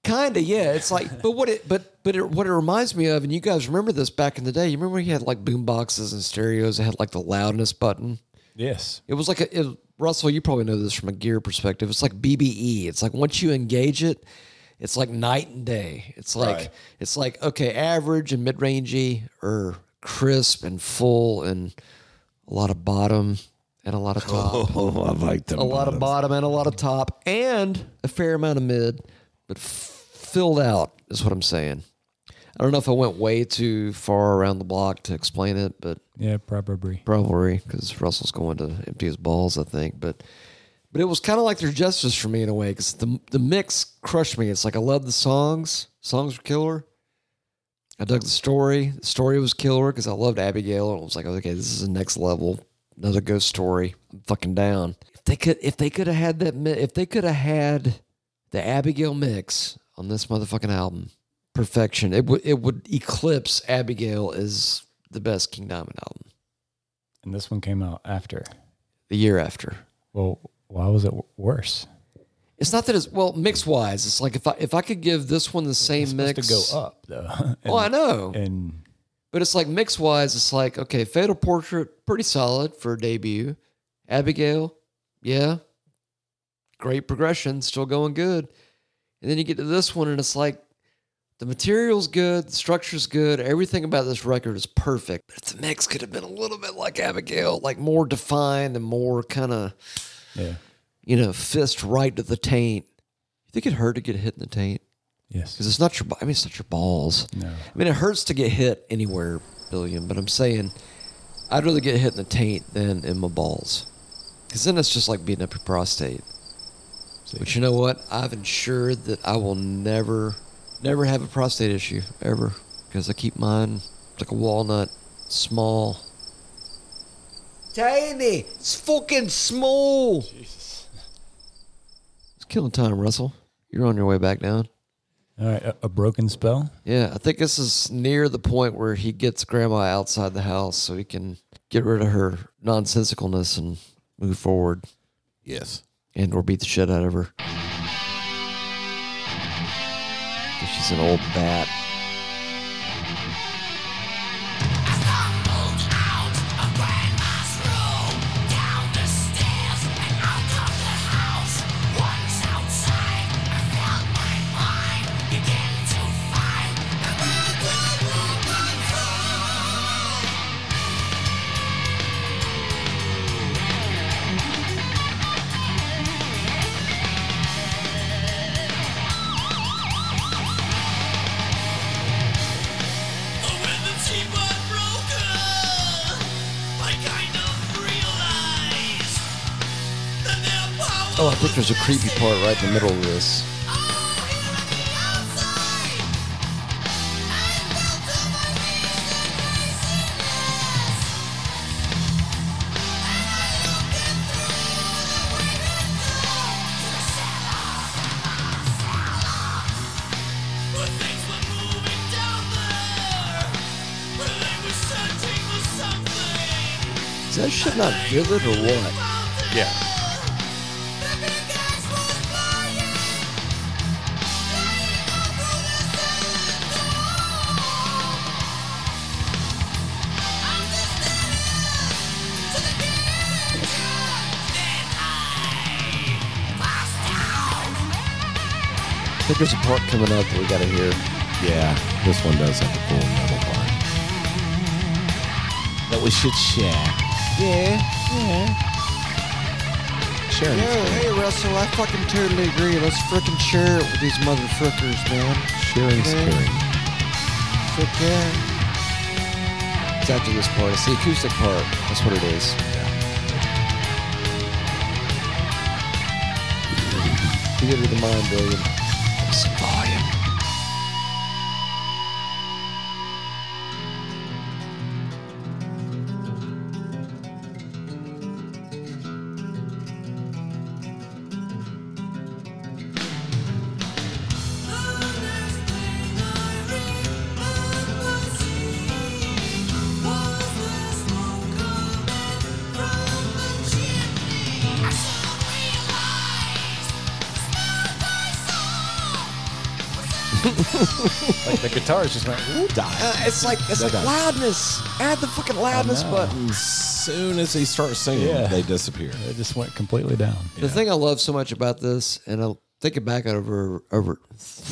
S2: Kinda, yeah. It's like, but what it, but but it, what it reminds me of, and you guys remember this back in the day. You remember he had like boom boxes and stereos that had like the loudness button.
S1: Yes.
S2: It was like a it, Russell. You probably know this from a gear perspective. It's like BBE. It's like once you engage it, it's like night and day. It's like
S3: Right.
S2: it's like okay, average and mid rangey, or crisp and full, and a lot of bottom and a lot of top
S3: Oh, I like them.
S2: a lot of bottom and a lot of top and a fair amount of mid, but f- filled out is what I'm saying. I don't know if I went way too far around the block to explain it, but
S1: Yeah, probably.
S2: probably because Russell's going to empty his balls, I think. But but it was kind of like their justice for me in a way because the the mix crushed me. It's like I love the songs. Songs were killer. I dug the story. The story was killer because I loved Abigail and I was like, okay, this is the next level. Another ghost story. I'm fucking down. If they could, if they could have had that, mi- if they could have had the Abigail mix on this motherfucking album, perfection. It would it would eclipse Abigail as the best King Diamond album
S1: And this one came out after.
S2: the year after.
S1: Well, why was it w- worse?
S2: It's not that it's well mix wise. It's like if I if I could give this one the same
S1: It's supposed
S2: mix
S1: to go up though. and,
S2: Oh, I know,
S1: and
S2: but it's like mix wise. It's like okay, Fatal Portrait pretty solid for a debut. Abigail, yeah, great progression, still going good. And then you get to this one, and it's like the material's good, the structure's good, everything about this record is perfect. But the mix could have been a little bit like Abigail, like more defined and more kind of.
S1: yeah,
S2: you know, fist right to the taint. You think it hurt to get hit in the taint? Because
S1: yes,
S2: it's not your, I mean, it's not your balls.
S1: no,
S2: I mean, it hurts to get hit anywhere, Billion, but I'm saying I'd rather get hit in the taint than in my balls. Because then it's just like beating up your prostate. But you know what? I've ensured that I will never, never have a prostate issue, ever. Because I keep mine like a walnut, small. Tiny! It's fucking small! It's killing time, Russell. You're on your way back down.
S1: all right, a, a broken spell.
S2: Yeah, I think this is near the point where he gets grandma outside the house so he can get rid of her nonsensicalness and move forward
S3: Yes.
S2: and or beat the shit out of her. 'Cause She's an old bat. Oh, I think there's a creepy part right in the middle of this.
S6: Thank you
S2: that shit not vivid or what?
S3: Yeah.
S2: I think there's a part coming up that we gotta hear.
S3: Yeah. This one does have the full metal part.
S7: that we should share.
S3: Sharon.
S2: hey Russell, I fucking totally agree. Let's freaking share it with these motherfuckers, man.
S3: Sharon's
S2: Yeah.
S3: caring.
S2: Fuck yeah. It's after this part. It's the acoustic part. That's what it is. You get it with the mind, Billion. Some volume.
S1: Like the guitar is just like, "Ooh."
S2: Uh, it's like it's like loudness. Add the fucking loudness
S1: know.
S2: button.
S3: As soon as he starts singing,
S1: Yeah.
S3: they disappear.
S1: it just went completely down.
S2: The thing I love so much about this, and I'll think it back over over.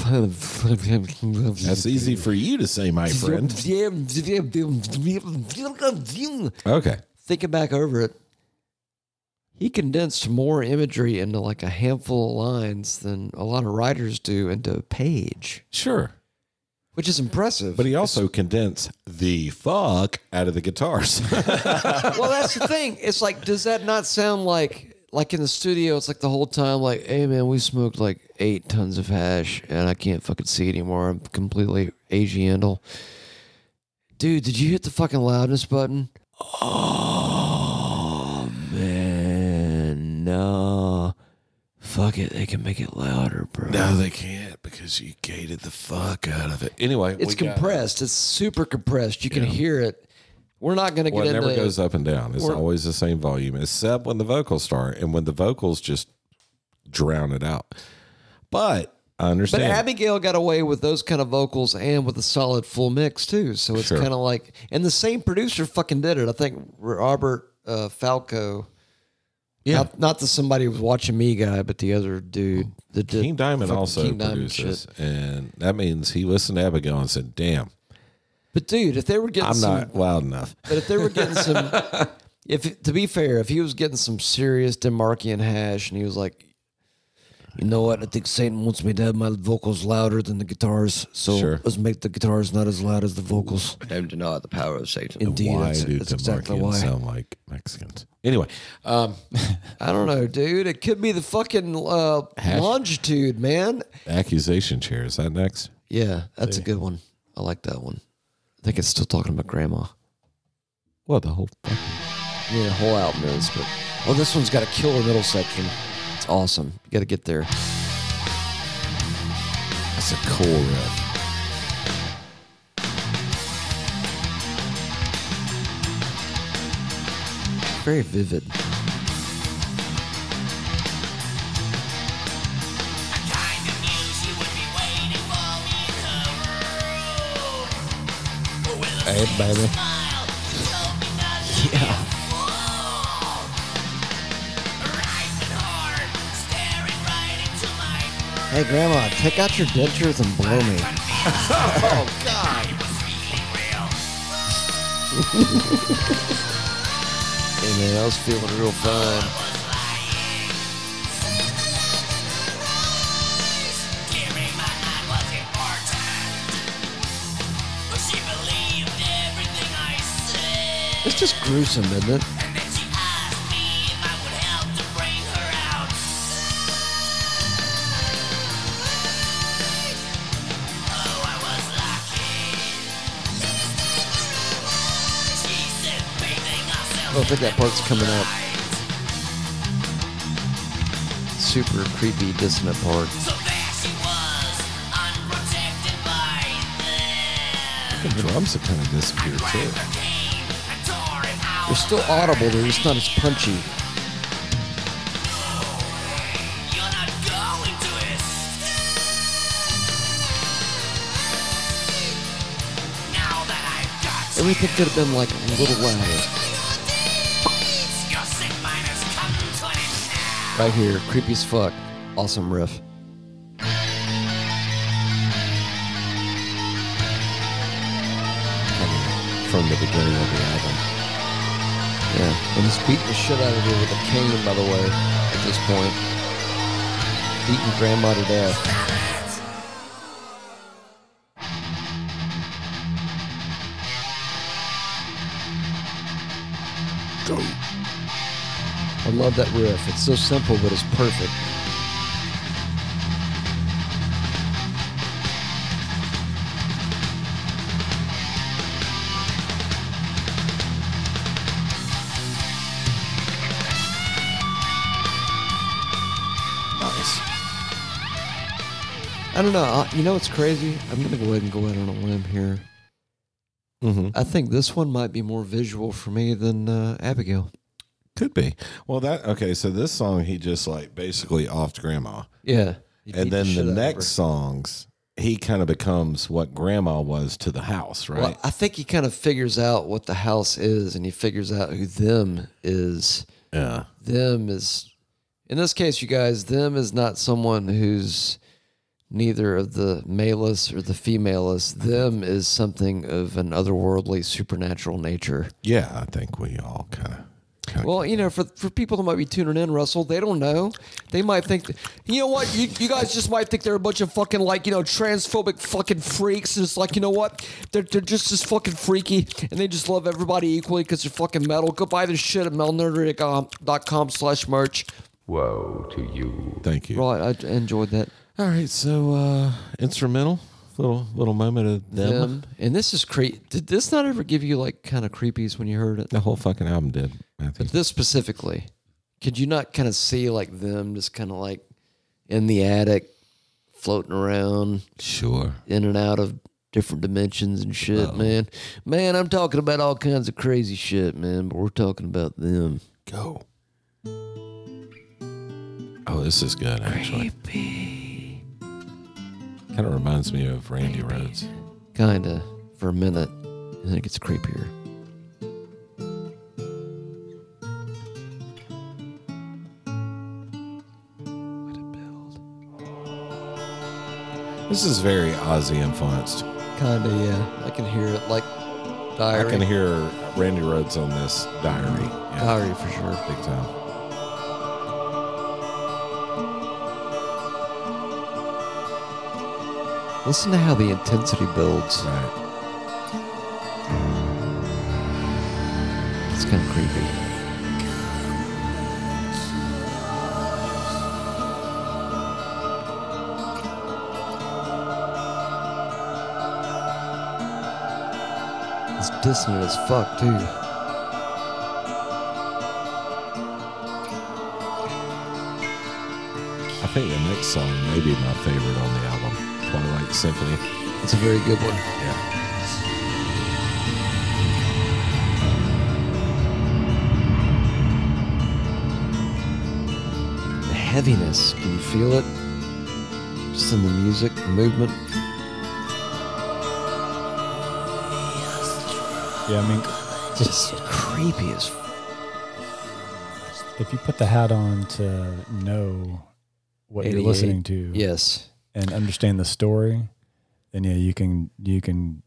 S3: That's easy for you to say, my friend. Okay.
S2: Thinking back over it, he condensed more imagery into like a handful of lines than a lot of writers do into a page,
S3: Sure.
S2: which is impressive.
S3: But he also condensed the fuck out of the guitars.
S2: well, that's the thing. It's like, does that not sound like like in the studio? It's like the whole time, like, hey man, we smoked like eight tons of hash, and I can't fucking see anymore. I'm completely Asianal. Dude, did you hit the fucking loudness button? Oh man, no. Fuck it, they can make it louder, bro.
S3: they can't because you gated the fuck out of it. Anyway,
S2: it's compressed. It's super compressed. You can hear it. We're not gonna
S3: Well,
S2: get
S3: it
S2: into
S3: never goes up and down. It's
S2: We're-
S3: always the same volume, except when the vocals start and when the vocals just drown it out. But I
S2: But
S3: understand.
S2: Abigail got away with those kind of vocals and with a solid full mix too. So it's
S3: Sure.
S2: kind of like, and the same producer fucking did it. I think Robert uh, Falco.
S3: Yeah.
S2: Not, not the somebody who was watching me guy, but the other dude that did
S3: King Diamond
S2: fucking
S3: also
S2: King Diamond
S3: produces,
S2: shit.
S3: and that means he listened to Abigail and said, "Damn,
S2: But dude, if they were getting
S3: I'm
S2: some,
S3: not loud enough."
S2: but if they were getting some, if to be fair, if he was getting some serious Demarkian hash, and he was like, you know what, I think Satan wants me to have my vocals louder than the guitars, so
S3: Sure.
S2: let's make the guitars not as loud as the vocals.
S8: Don't deny the power of Satan.
S2: Indeed,
S3: why
S2: that's,
S3: do
S2: that's
S3: Demarkians
S2: exactly why.
S3: sound like Mexicans? Anyway, um,
S2: I don't know, dude. It could be the fucking uh, longitude, man.
S3: accusation chair is that next?
S2: Yeah, that's a good one. I like that one. I think it's still talking about grandma.
S3: Well, the whole fucking
S2: Yeah, the whole album is, but well, this one's got a killer middle section. It's awesome. You got to get there.
S3: that's a cool riff.
S2: Very vivid.
S6: Hey, baby. Yeah.
S2: Hey, grandma, take out your dentures and blow me. Hey, man, I was feeling real fine. It's just gruesome, isn't it? Oh, I
S6: Oh,
S2: don't think that part's coming up. Super creepy dissonant part.
S6: So there she was, unprotected by them.
S3: The drums have kind of disappeared too.
S6: Came and tore it out.
S2: They're still audible, they're just not as punchy.
S6: You're not going to escape. Now that I've got
S2: Everything could have been like a little louder.
S6: your sick mind has come to an end now.
S2: Right here, creepy as fuck. Awesome riff.
S3: Coming from the beginning of the album.
S2: Yeah, and he's beating the shit out of her with a cane, by the way, at this point. Beating grandma to death. I love that riff. It's so simple, but it's perfect.
S1: Nice.
S2: I don't know. I- You know what's crazy? I'm going to go ahead and go out on a limb here.
S3: Mm-hmm.
S2: I think this one might be more visual for me than uh, Abigail.
S3: Could be. Well, that okay. So this song, he just like basically offed grandma,
S2: Yeah. He beat
S3: and then the
S2: shit out of her.
S3: next songs, he kind of becomes what grandma was to the house, right?
S2: Well, I think he kind of figures out what the house is and he figures out who them is.
S3: yeah.
S2: Them is, in this case, you guys, them is not someone who's neither of the malus or the femalis. Them is something of an otherworldly supernatural nature.
S3: Yeah, I think we all kind of.
S2: Well, you know, for for people that might be tuning in, Russell, they don't know. They might think, that- you know what, you, you guys just might think they're a bunch of fucking like you know transphobic fucking freaks. And it's like you know what, they're they're just as fucking freaky, and they just love everybody equally because they're fucking metal. Go buy this shit at melnerdic.com slash merch.
S9: Woe to you.
S3: thank you.
S2: Right, I enjoyed that.
S3: All right, so uh instrumental, little little moment of them.
S2: Um, and this is creepy. Did this not ever give you like kind of creepies when you heard it?
S3: The whole fucking album did. Matthew.
S2: This specifically, could you not kind of see like them just kind of like in the attic, floating around,
S3: Sure.
S2: in and out of different dimensions and shit, man? Man, I'm talking about all kinds of crazy shit, man, but we're talking about them.
S3: Go. Oh, this is good actually. Kind of reminds me of Randy Rhodes.
S2: Kinda for a minute, and then it gets creepier.
S3: This is very Ozzy influenced.
S2: Kinda, yeah. I can hear it like diary.
S3: I can hear Randy Rhodes on this diary. Yeah,
S2: diary for sure.
S3: big time.
S2: Listen to how the intensity builds.
S3: Right.
S2: It's kind of creepy. It's dissonant as fuck, too.
S3: I think the next song may be my favorite on the album, Twilight Symphony.
S2: It's a very good one.
S3: Yeah.
S2: The heaviness, can you feel it? Just in the music, the movement.
S1: Yeah, I mean,
S2: Just creepy as
S1: if you put the hat on to know what you're
S2: 88.
S1: listening to
S2: Yes.
S1: and understand the story, then yeah, you can you can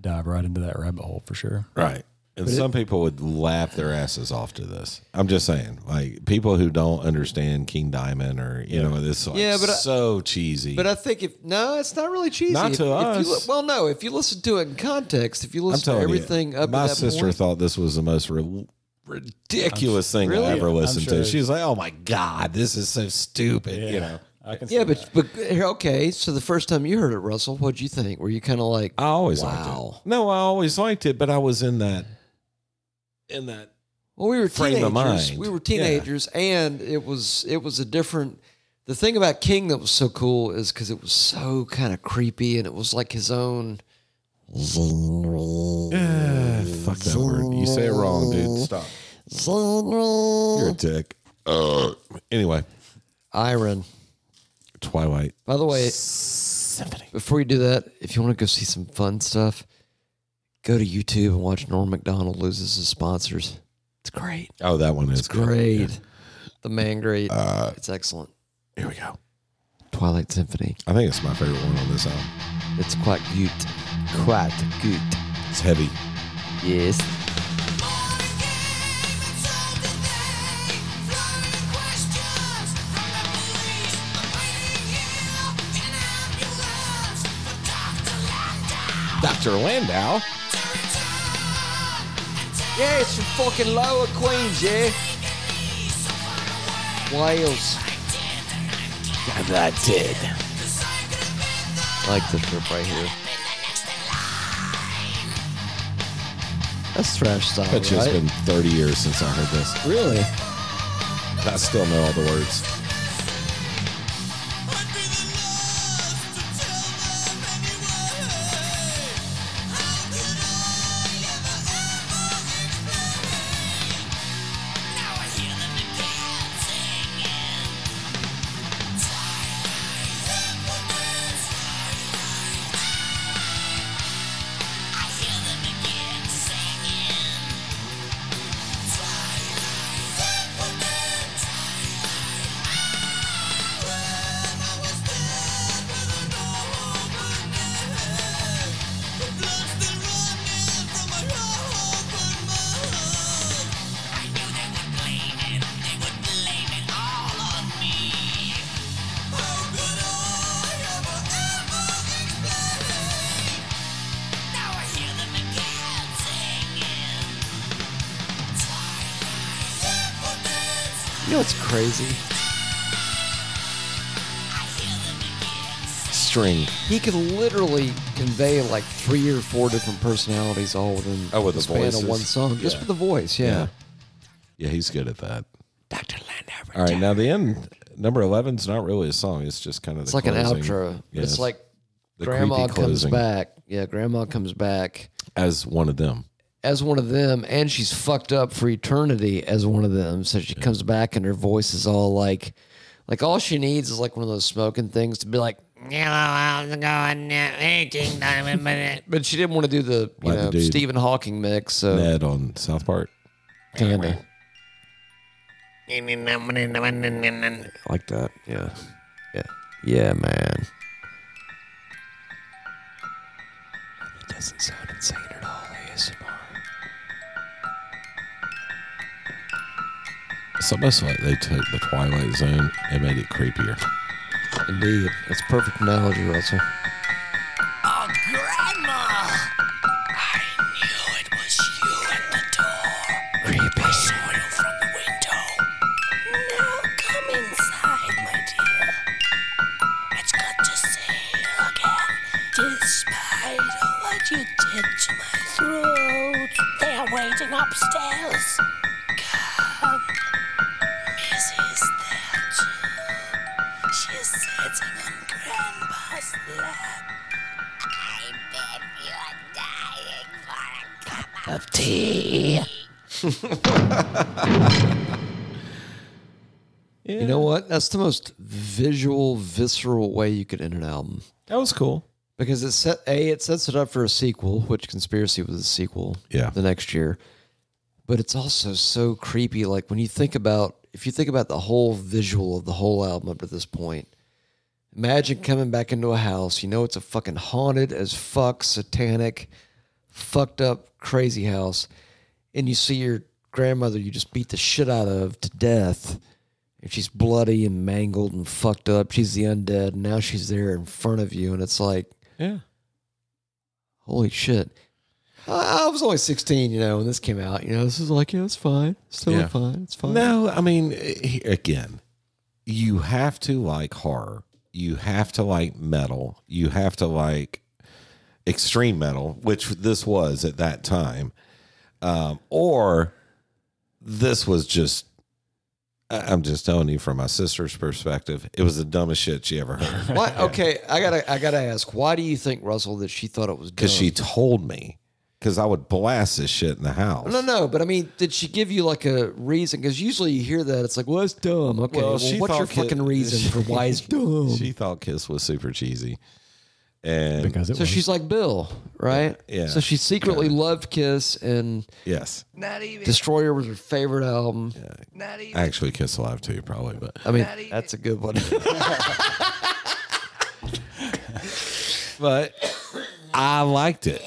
S1: dive right into that rabbit hole for sure.
S3: Right. And some people would laugh their asses off to this. I'm just saying, like people who don't understand King Diamond or you know this, like,
S2: Yeah, but I-
S3: so cheesy.
S2: But I think if no, it's not really cheesy.
S3: Not
S2: If-
S3: to
S2: if you-
S3: us.
S2: well, no. If you listen to it in context, if you
S3: I'm
S2: listen to
S3: telling
S2: everything
S3: you,
S2: up
S3: my
S2: to that
S3: sister
S2: point,
S3: thought this was the most ri- ridiculous thing
S2: Really?
S3: I ever
S1: I'm
S3: listened
S1: sure.
S3: to. She was like, "Oh my god, this is so stupid," you know.
S1: I can
S2: yeah, but but here, okay. So the first time you heard it, Russell, what'd you think? Were you kind of like,
S3: I always liked
S2: Wow.
S3: it. No, I always liked it, but I was in that in that
S2: well, we were
S3: frame
S2: teenagers.
S3: of mind.
S2: We were
S3: Yeah.
S2: teenagers, and it was it was a different. The thing about King that was so cool is because it was so kind of creepy, and it was like his own.
S3: Eh, Fuck that word. You say it wrong, dude. Stop. You're a dick. Uh, anyway,
S2: Iron.
S3: Twilight.
S2: By the way,
S1: Symphony.
S2: before you do that, if you want to go see some fun stuff, go to YouTube and watch Norm McDonald loses his sponsors. It's great.
S3: Oh, that one is
S2: It's great. The man great.
S3: Uh,
S2: it's excellent.
S3: Here we go.
S2: Twilight Symphony.
S3: I think it's my favorite one on this album.
S2: It's quite good. Quite good.
S3: It's heavy.
S2: Yes.
S3: Dr. Landau.
S2: Yeah, it's from fucking Lower Queens, yeah. Wales. I like this rip right here. That's thrash style,
S3: It's just
S2: right?
S3: been 30 years since I heard this.
S2: really?
S3: I still know all the words.
S2: You know what's crazy?
S3: String.
S2: He could literally convey like three or four different personalities all within
S3: Oh, with the
S2: span
S3: voices.
S2: of one song, just
S3: Yeah.
S2: with the voice. Yeah.
S3: Yeah, he's good at that. Dr. Landau. All right, now the end, number 11 is not really a song. It's just kind of
S2: It's like an outro. It's like
S3: the
S2: grandma
S3: creepy
S2: comes
S3: closing.
S2: back. Yeah, grandma comes back
S3: as one of them.
S2: as one of them, and she's fucked up for eternity as one of them. So she comes back, and her voice is all like, like all she needs is like one of those smoking things to be like. "Hello, how's it going? Yeah, hey, King Diamond, but-" But she didn't want to do the you
S3: Like the
S2: know
S3: dude.
S2: Stephen Hawking mix, so
S3: Ned on South Park.
S2: kinda.
S3: like that. Yeah.
S2: Yeah. Yeah, man. It doesn't sound insane at all, ASMR.
S3: It's almost like they took the Twilight Zone and made it creepier.
S2: Indeed. That's a perfect analogy, Russell.
S6: Oh, Grandma! I knew it was you at the door. Creepy. I saw you from the window. Now come inside, my dear. It's good to see you again. Despite what you did to my throat, they are waiting upstairs. Come. Missy's there too. She's sitting on Grandpa's lap. I bet you're dying for a cup of tea.
S2: You know what? That's the most visual, visceral way you could end an album.
S3: That was cool.
S2: Because it set A, it sets it up for a sequel, which Conspiracy was a sequel
S3: Yeah.
S2: the next year. But it's also so creepy. Like when you think about if you think about the whole visual of the whole album up to this point, imagine coming back into a house. You know it's a fucking haunted as fuck, satanic, fucked up, crazy house. And you see your grandmother you just beat the shit out of to death. And she's bloody and mangled and fucked up. She's the undead. And now she's there in front of you. And it's like,
S3: Yeah.
S2: holy shit. I I was only 16, you know, when this came out. You know, this is like, yeah, it's fine. It's totally
S3: Yeah.
S2: fine. It's fine.
S3: No, I mean, eh, again, you have to like horror. You have to like metal. You have to like extreme metal, which this was at that time. Um, or this was just, I- I'm just telling you from my sister's perspective, it was the dumbest shit she ever heard.
S2: Why, okay, I gotta, I gotta ask. Why do you think Russell that she thought it was
S3: Because she
S2: dumb?
S3: told me because I would blast this shit in the house.
S2: No, no, but I mean, did she give you like a reason? Because usually you hear that, it's like, well, it's dumb. Okay, well,
S3: she
S2: what's your
S3: thought
S2: fucking
S3: it-
S2: reason for why it's dumb?
S3: She thought Kiss was super cheesy, and
S1: because it
S2: so
S1: was.
S2: she's like Bill, right?
S3: Yeah.
S2: So she secretly loved Kiss, and
S3: yes,
S2: Destroyer was her favorite album.
S3: actually Kiss Alive too, probably, but
S2: I mean, that's a good one.
S3: but I liked it.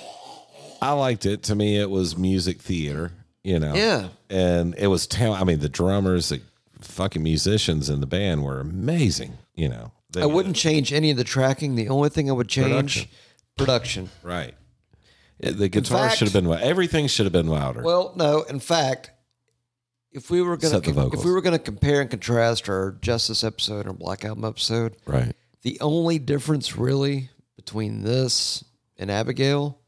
S3: I liked it. To me, it was music theater, you know.
S2: Yeah.
S3: And it was talent. I mean, the drummers, the fucking musicians in the band were amazing, you know. They-
S2: I wouldn't change any of the tracking. The only thing I would change production.
S3: Right. The guitar
S2: fact-
S3: should have been lou- everything should have been louder.
S2: Well, no, in fact, if we were going
S3: Except the
S2: to if
S3: vocals.
S2: we were going to compare and contrast our Justice episode and Black Album episode,
S3: right.
S2: the only difference really between this and Abigail,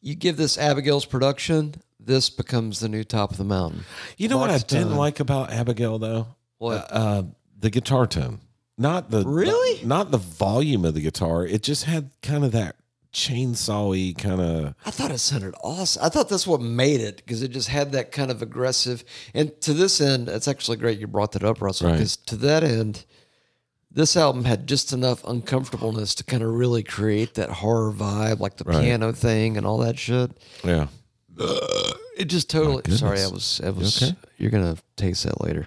S2: you give this Abigail's production, this becomes the new top of the mountain.
S3: You know what I
S2: Mark's
S3: didn't
S2: done.
S3: like about Abigail though?
S2: What?
S3: Uh, uh, the guitar tone. Not the
S2: Really?
S3: not the volume of the guitar. It just had kind of that chainsaw-y kind of
S2: I thought it sounded awesome. I thought that's what made it because it just had that kind of aggressive. And to this end, it's actually great you brought that up, Russell,
S3: Right.
S2: because to that end, this album had just enough uncomfortableness to kind of really create that horror vibe, like the
S3: Right.
S2: piano thing and all that shit.
S3: yeah.
S2: It just totally.
S3: goodness.
S2: Sorry, I was. I was.
S3: okay?
S2: You're gonna taste that later.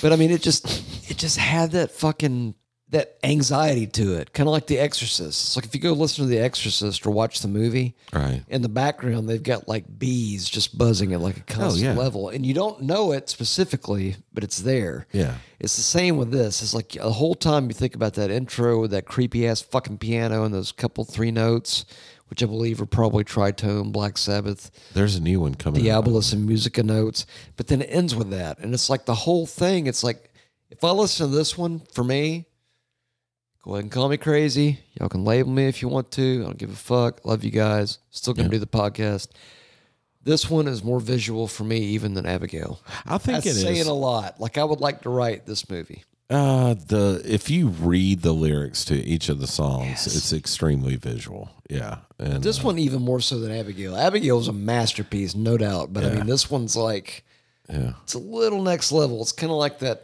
S2: but I mean, it just. It just had that fucking that anxiety to it, kind of like The Exorcist. It's like if you go listen to The Exorcist or watch the movie,
S3: Right.
S2: in the background they've got like bees just buzzing at like a constant
S3: Oh, yeah.
S2: level, and you don't know it specifically, but it's there.
S3: Yeah.
S2: It's the same with this. It's like the whole time you think about that intro with that creepy ass fucking piano and those couple three notes, which I believe are probably tritone, Black Sabbath,
S3: There's a new one coming. out.
S2: Diabolus, and Musica notes. But then it ends with that. And it's like the whole thing. It's like, if I listen to this one, for me, go ahead and call me crazy. Y'all can label me if you want to. I don't give a fuck. Love you guys. Still going to do the podcast. This one is more visual for me even than Abigail.
S3: I think
S2: That's
S3: it is.
S2: saying a lot. Like I would like to write this movie.
S3: Uh, the if you read the lyrics to each of the songs, it's extremely visual. Yeah, and
S2: This
S3: uh,
S2: one even more so than Abigail. Abigail's a masterpiece, no doubt. But I mean, this one's like
S3: yeah,
S2: it's a little next level. It's kind of like that.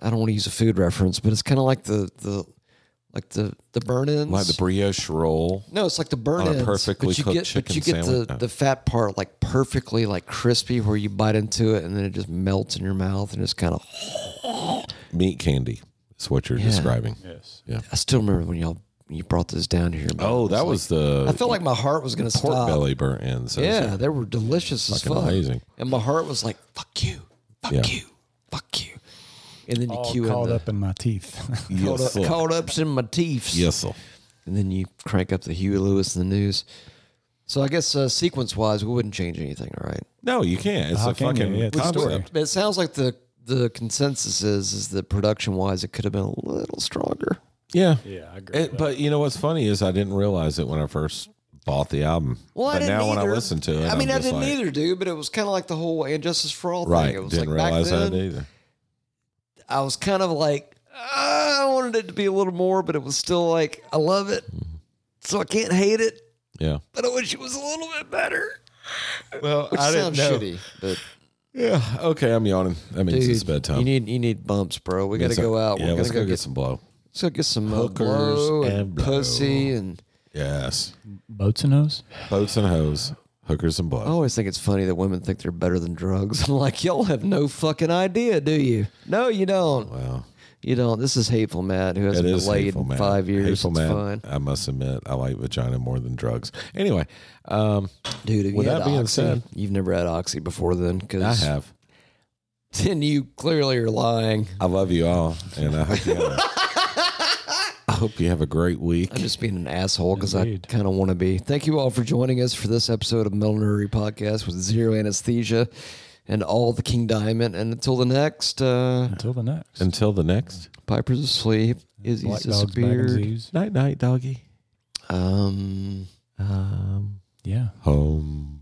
S2: I don't want to use a food reference, but it's kind of like the the like the the burn-ins.
S3: like the brioche roll.
S2: no, it's like the burn-ins.
S3: perfectly
S2: but you
S3: cooked
S2: get,
S3: chicken
S2: but you get
S3: sandwich?
S2: the
S3: Oh.
S2: the fat part like perfectly like crispy, where you bite into it and then it just melts in your mouth and it's kind of.
S3: Meat candy is what you're describing. Yes. Yeah.
S2: I still remember when y'all you brought this down here. man.
S3: Oh, that was the
S2: I felt like my heart was going to
S3: pork
S2: stop.
S3: belly burnt in. So
S2: Yeah, they were delicious as
S3: Fucking
S2: fuck.
S3: amazing.
S2: And my heart was like, "Fuck you, fuck
S3: Yeah.
S2: you, fuck you." And then you
S1: all
S2: cue in
S1: called
S2: the
S1: up in my teeth.
S2: caught, up,
S3: Yes.
S2: caught ups in my teeth.
S3: Yes. sir.
S2: And then you crank up the Huey Lewis and the news. So I guess uh, sequence wise, we wouldn't change anything, right?
S3: No, you can't. It's
S1: How
S3: a
S1: can you?
S3: fucking
S1: Yeah, it's a
S3: concept.
S1: story.
S2: But it sounds like the the consensus is is that production wise, it could have been a little stronger.
S3: Yeah.
S1: yeah, I agree.
S3: It, but you know what's funny is I didn't realize it when I first bought the album.
S2: Well, I
S3: but
S2: didn't
S3: now when I
S2: either.
S3: listen to it,
S2: I mean,
S3: i
S2: I didn't either, dude. But it was kind of like the whole "Injustice for All"
S3: Right.
S2: thing. It was
S3: Didn't
S2: like
S3: realize
S2: back then,
S3: that either.
S2: I was kind of like, "Ah, I wanted it to be a little more, but it was still like, I love it, so I can't hate it,
S3: Yeah.
S2: but I wish it was a little bit better.
S3: Well,
S2: Which sounds shitty, but
S3: Yeah. Okay. I'm yawning. That means
S2: dude,
S3: it's bedtime.
S2: you need you need bumps, bro. We got to
S3: It's like-
S2: go out.
S3: Yeah,
S2: We're
S3: let's
S2: gonna
S3: go,
S2: go
S3: get,
S2: get,
S3: some blow.
S2: let's go get some uh,
S3: hookers
S2: blow and,
S3: and blow.
S2: pussy and.
S3: Yes,
S1: Boats and hose?
S3: boats and hoes, hookers and
S2: I
S3: blow.
S2: always think it's funny that women think they're better than drugs. I'm like, y'all have no fucking idea, do you? No, you don't.
S3: wow,
S2: You don't. This is hateful, Matt, who
S3: it
S2: hasn't been
S3: is
S2: laid
S3: hateful,
S2: in
S3: man.
S2: five years.
S3: Hateful,
S2: it's
S3: man.
S2: fine,
S3: I must admit, I like vagina more than drugs. Anyway, um,
S2: dude. If you
S3: With
S2: had
S3: that being
S2: oxy,
S3: said-
S2: you've never had oxy before then, because
S3: I have.
S2: Then you clearly are lying.
S3: I love you all, and I hope you have. A, I hope you have a great week.
S2: I'm just being an asshole because I
S1: Indeed.
S2: kind of want to be. Thank you all for joining us for this episode of Millinery Podcast with Zero Anesthesia and all the King Diamond. And until the next, uh,
S1: Until the next.
S3: Until the next
S2: Piper's asleep. Izzy's
S1: Black dogs, back in
S2: disappeared.
S1: zoos.
S3: night, night, doggy.
S2: Um,
S1: Um. Yeah.
S3: Home.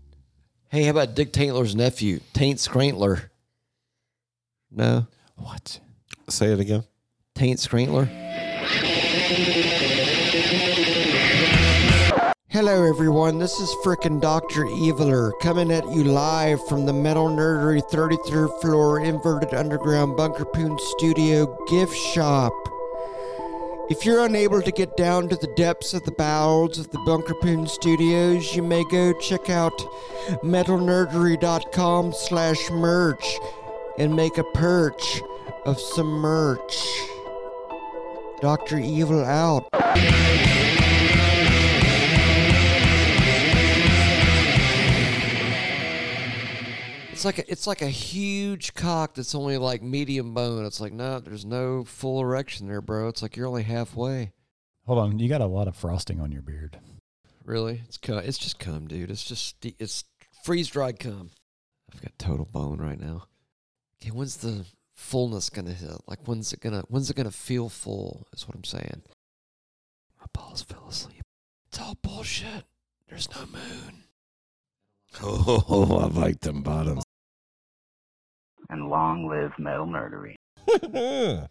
S2: hey, how about Dick Taintler's nephew, Taint Scrantler? No,
S1: What?
S3: Say it again.
S2: Taint Scrantler.
S10: Hello, everyone. This is frickin' Dr. Eviler coming at you live from the Metal Nerdery 33rd floor inverted underground Bunker Poon Studio gift shop. If you're unable to get down to the depths of the bowels of the Bunker Poon Studios, you may go check out metalnerdery.com slash merch and make a perch of some merch. Dr. Evil out.
S2: It's like a, it's like a huge cock that's only like medium bone. It's like no, there's no full erection there, bro. It's like you're only halfway.
S1: Hold on, you got a lot of frosting on your beard.
S2: Really, it's cum. It's just cum, dude. It's just the- it's freeze dried cum. I've got total bone right now. Okay, when's the fullness gonna hit? Like when's it gonna when's it gonna feel full? Is what I'm saying. My balls fell asleep. It's all bullshit. There's no moon.
S3: Oh, I like them bottoms.
S11: And long live metal nerdery.
S3: Yeah.